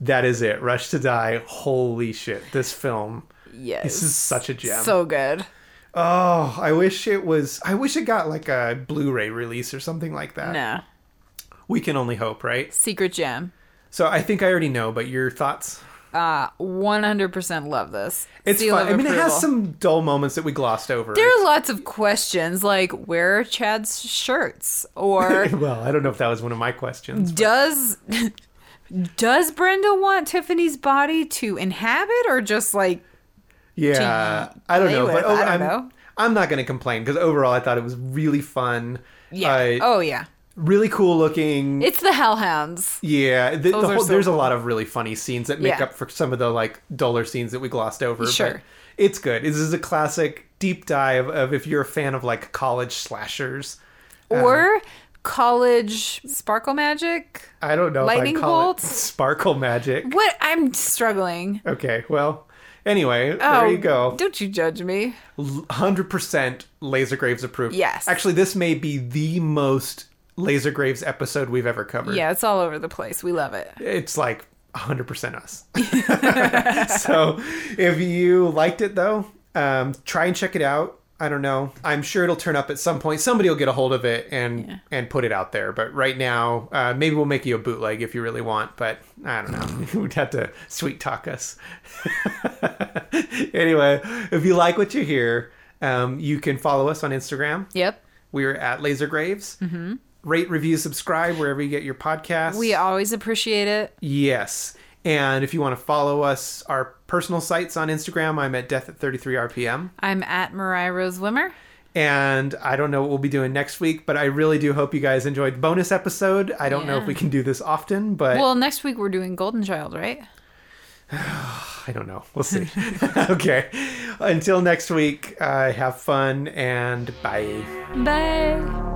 S1: That is it. Rush to Die. Holy shit. This film.
S2: Yes.
S1: This is such a gem.
S2: So good.
S1: oh, I wish it was I wish it got like a Blu-ray release or something like that.
S2: No.
S1: We can only hope, right?
S2: Secret Gem.
S1: So I think I already know, but your thoughts?
S2: Uh, 100% love this.
S1: It's
S2: Seal
S1: fun.
S2: of
S1: I mean, it has
S2: approval.
S1: some dull moments that we glossed over.
S2: There are lots of questions like where are Chad's shirts
S1: *laughs*
S2: or
S1: well, I don't know if that was one of my
S2: Mm.
S1: questions.
S2: does does Brenda want Tiffany's body to inhabit or just like
S1: Yeah, I don't
S2: play
S1: know, but oh,
S2: with. I don't
S1: I'm,
S2: know.
S1: I'm not going to complain because overall, I thought it was really fun.
S2: yeah
S1: Uh,
S2: oh yeah
S1: really cool looking.
S2: it's the Hellhounds
S1: yeah, the, the
S2: Those are
S1: whole,
S2: so
S1: there's a
S2: cool.
S1: lot of really funny scenes that make
S2: Yeah.
S1: up for some of the like duller scenes that we glossed over. but
S2: Sure.
S1: it's good. This is a classic deep dive of if you're a fan of like college slashers.
S2: or college sparkle magic
S1: I don't know
S2: Lightning
S1: if I call
S2: bolts?
S1: it sparkle magic.
S2: what I'm struggling Oh,
S1: Okay, well, anyway, there you go.
S2: don't you judge me
S1: hundred percent Laser Graves approved.
S2: Yes.
S1: Actually, this may be the most Laser Graves episode we've ever covered.
S2: yeah it's all over the place we love it
S1: It's like hundred percent us. *laughs* so, if you liked it though, um, try and check it out. I don't know. I'm sure it'll turn up at some point. Somebody will get a hold of it and and put it out there. But right now, uh, maybe we'll make you a bootleg if you really want. But I don't know. *laughs* We'd have to sweet talk us. *laughs* anyway, if you like what you hear, um, you can follow us on Instagram.
S2: yep
S1: We're at Laser Graves. Mm-hmm. Rate, review, subscribe wherever you get your podcasts.
S2: we always appreciate it
S1: Yes. And if you want to follow us, our personal sites on Instagram, I'm at death at 33 RPM.
S2: I'm at Mariah Rose Wimmer
S1: And I don't know what we'll be doing next week, but I really do hope you guys enjoyed the bonus episode. I don't know if
S2: Yeah.
S1: we can do this often, but
S2: well next week we're doing Golden Child right
S1: I don't know. We'll
S2: *laughs*
S1: see. *laughs* okay. Until next week, uh, have fun and bye.
S2: bye.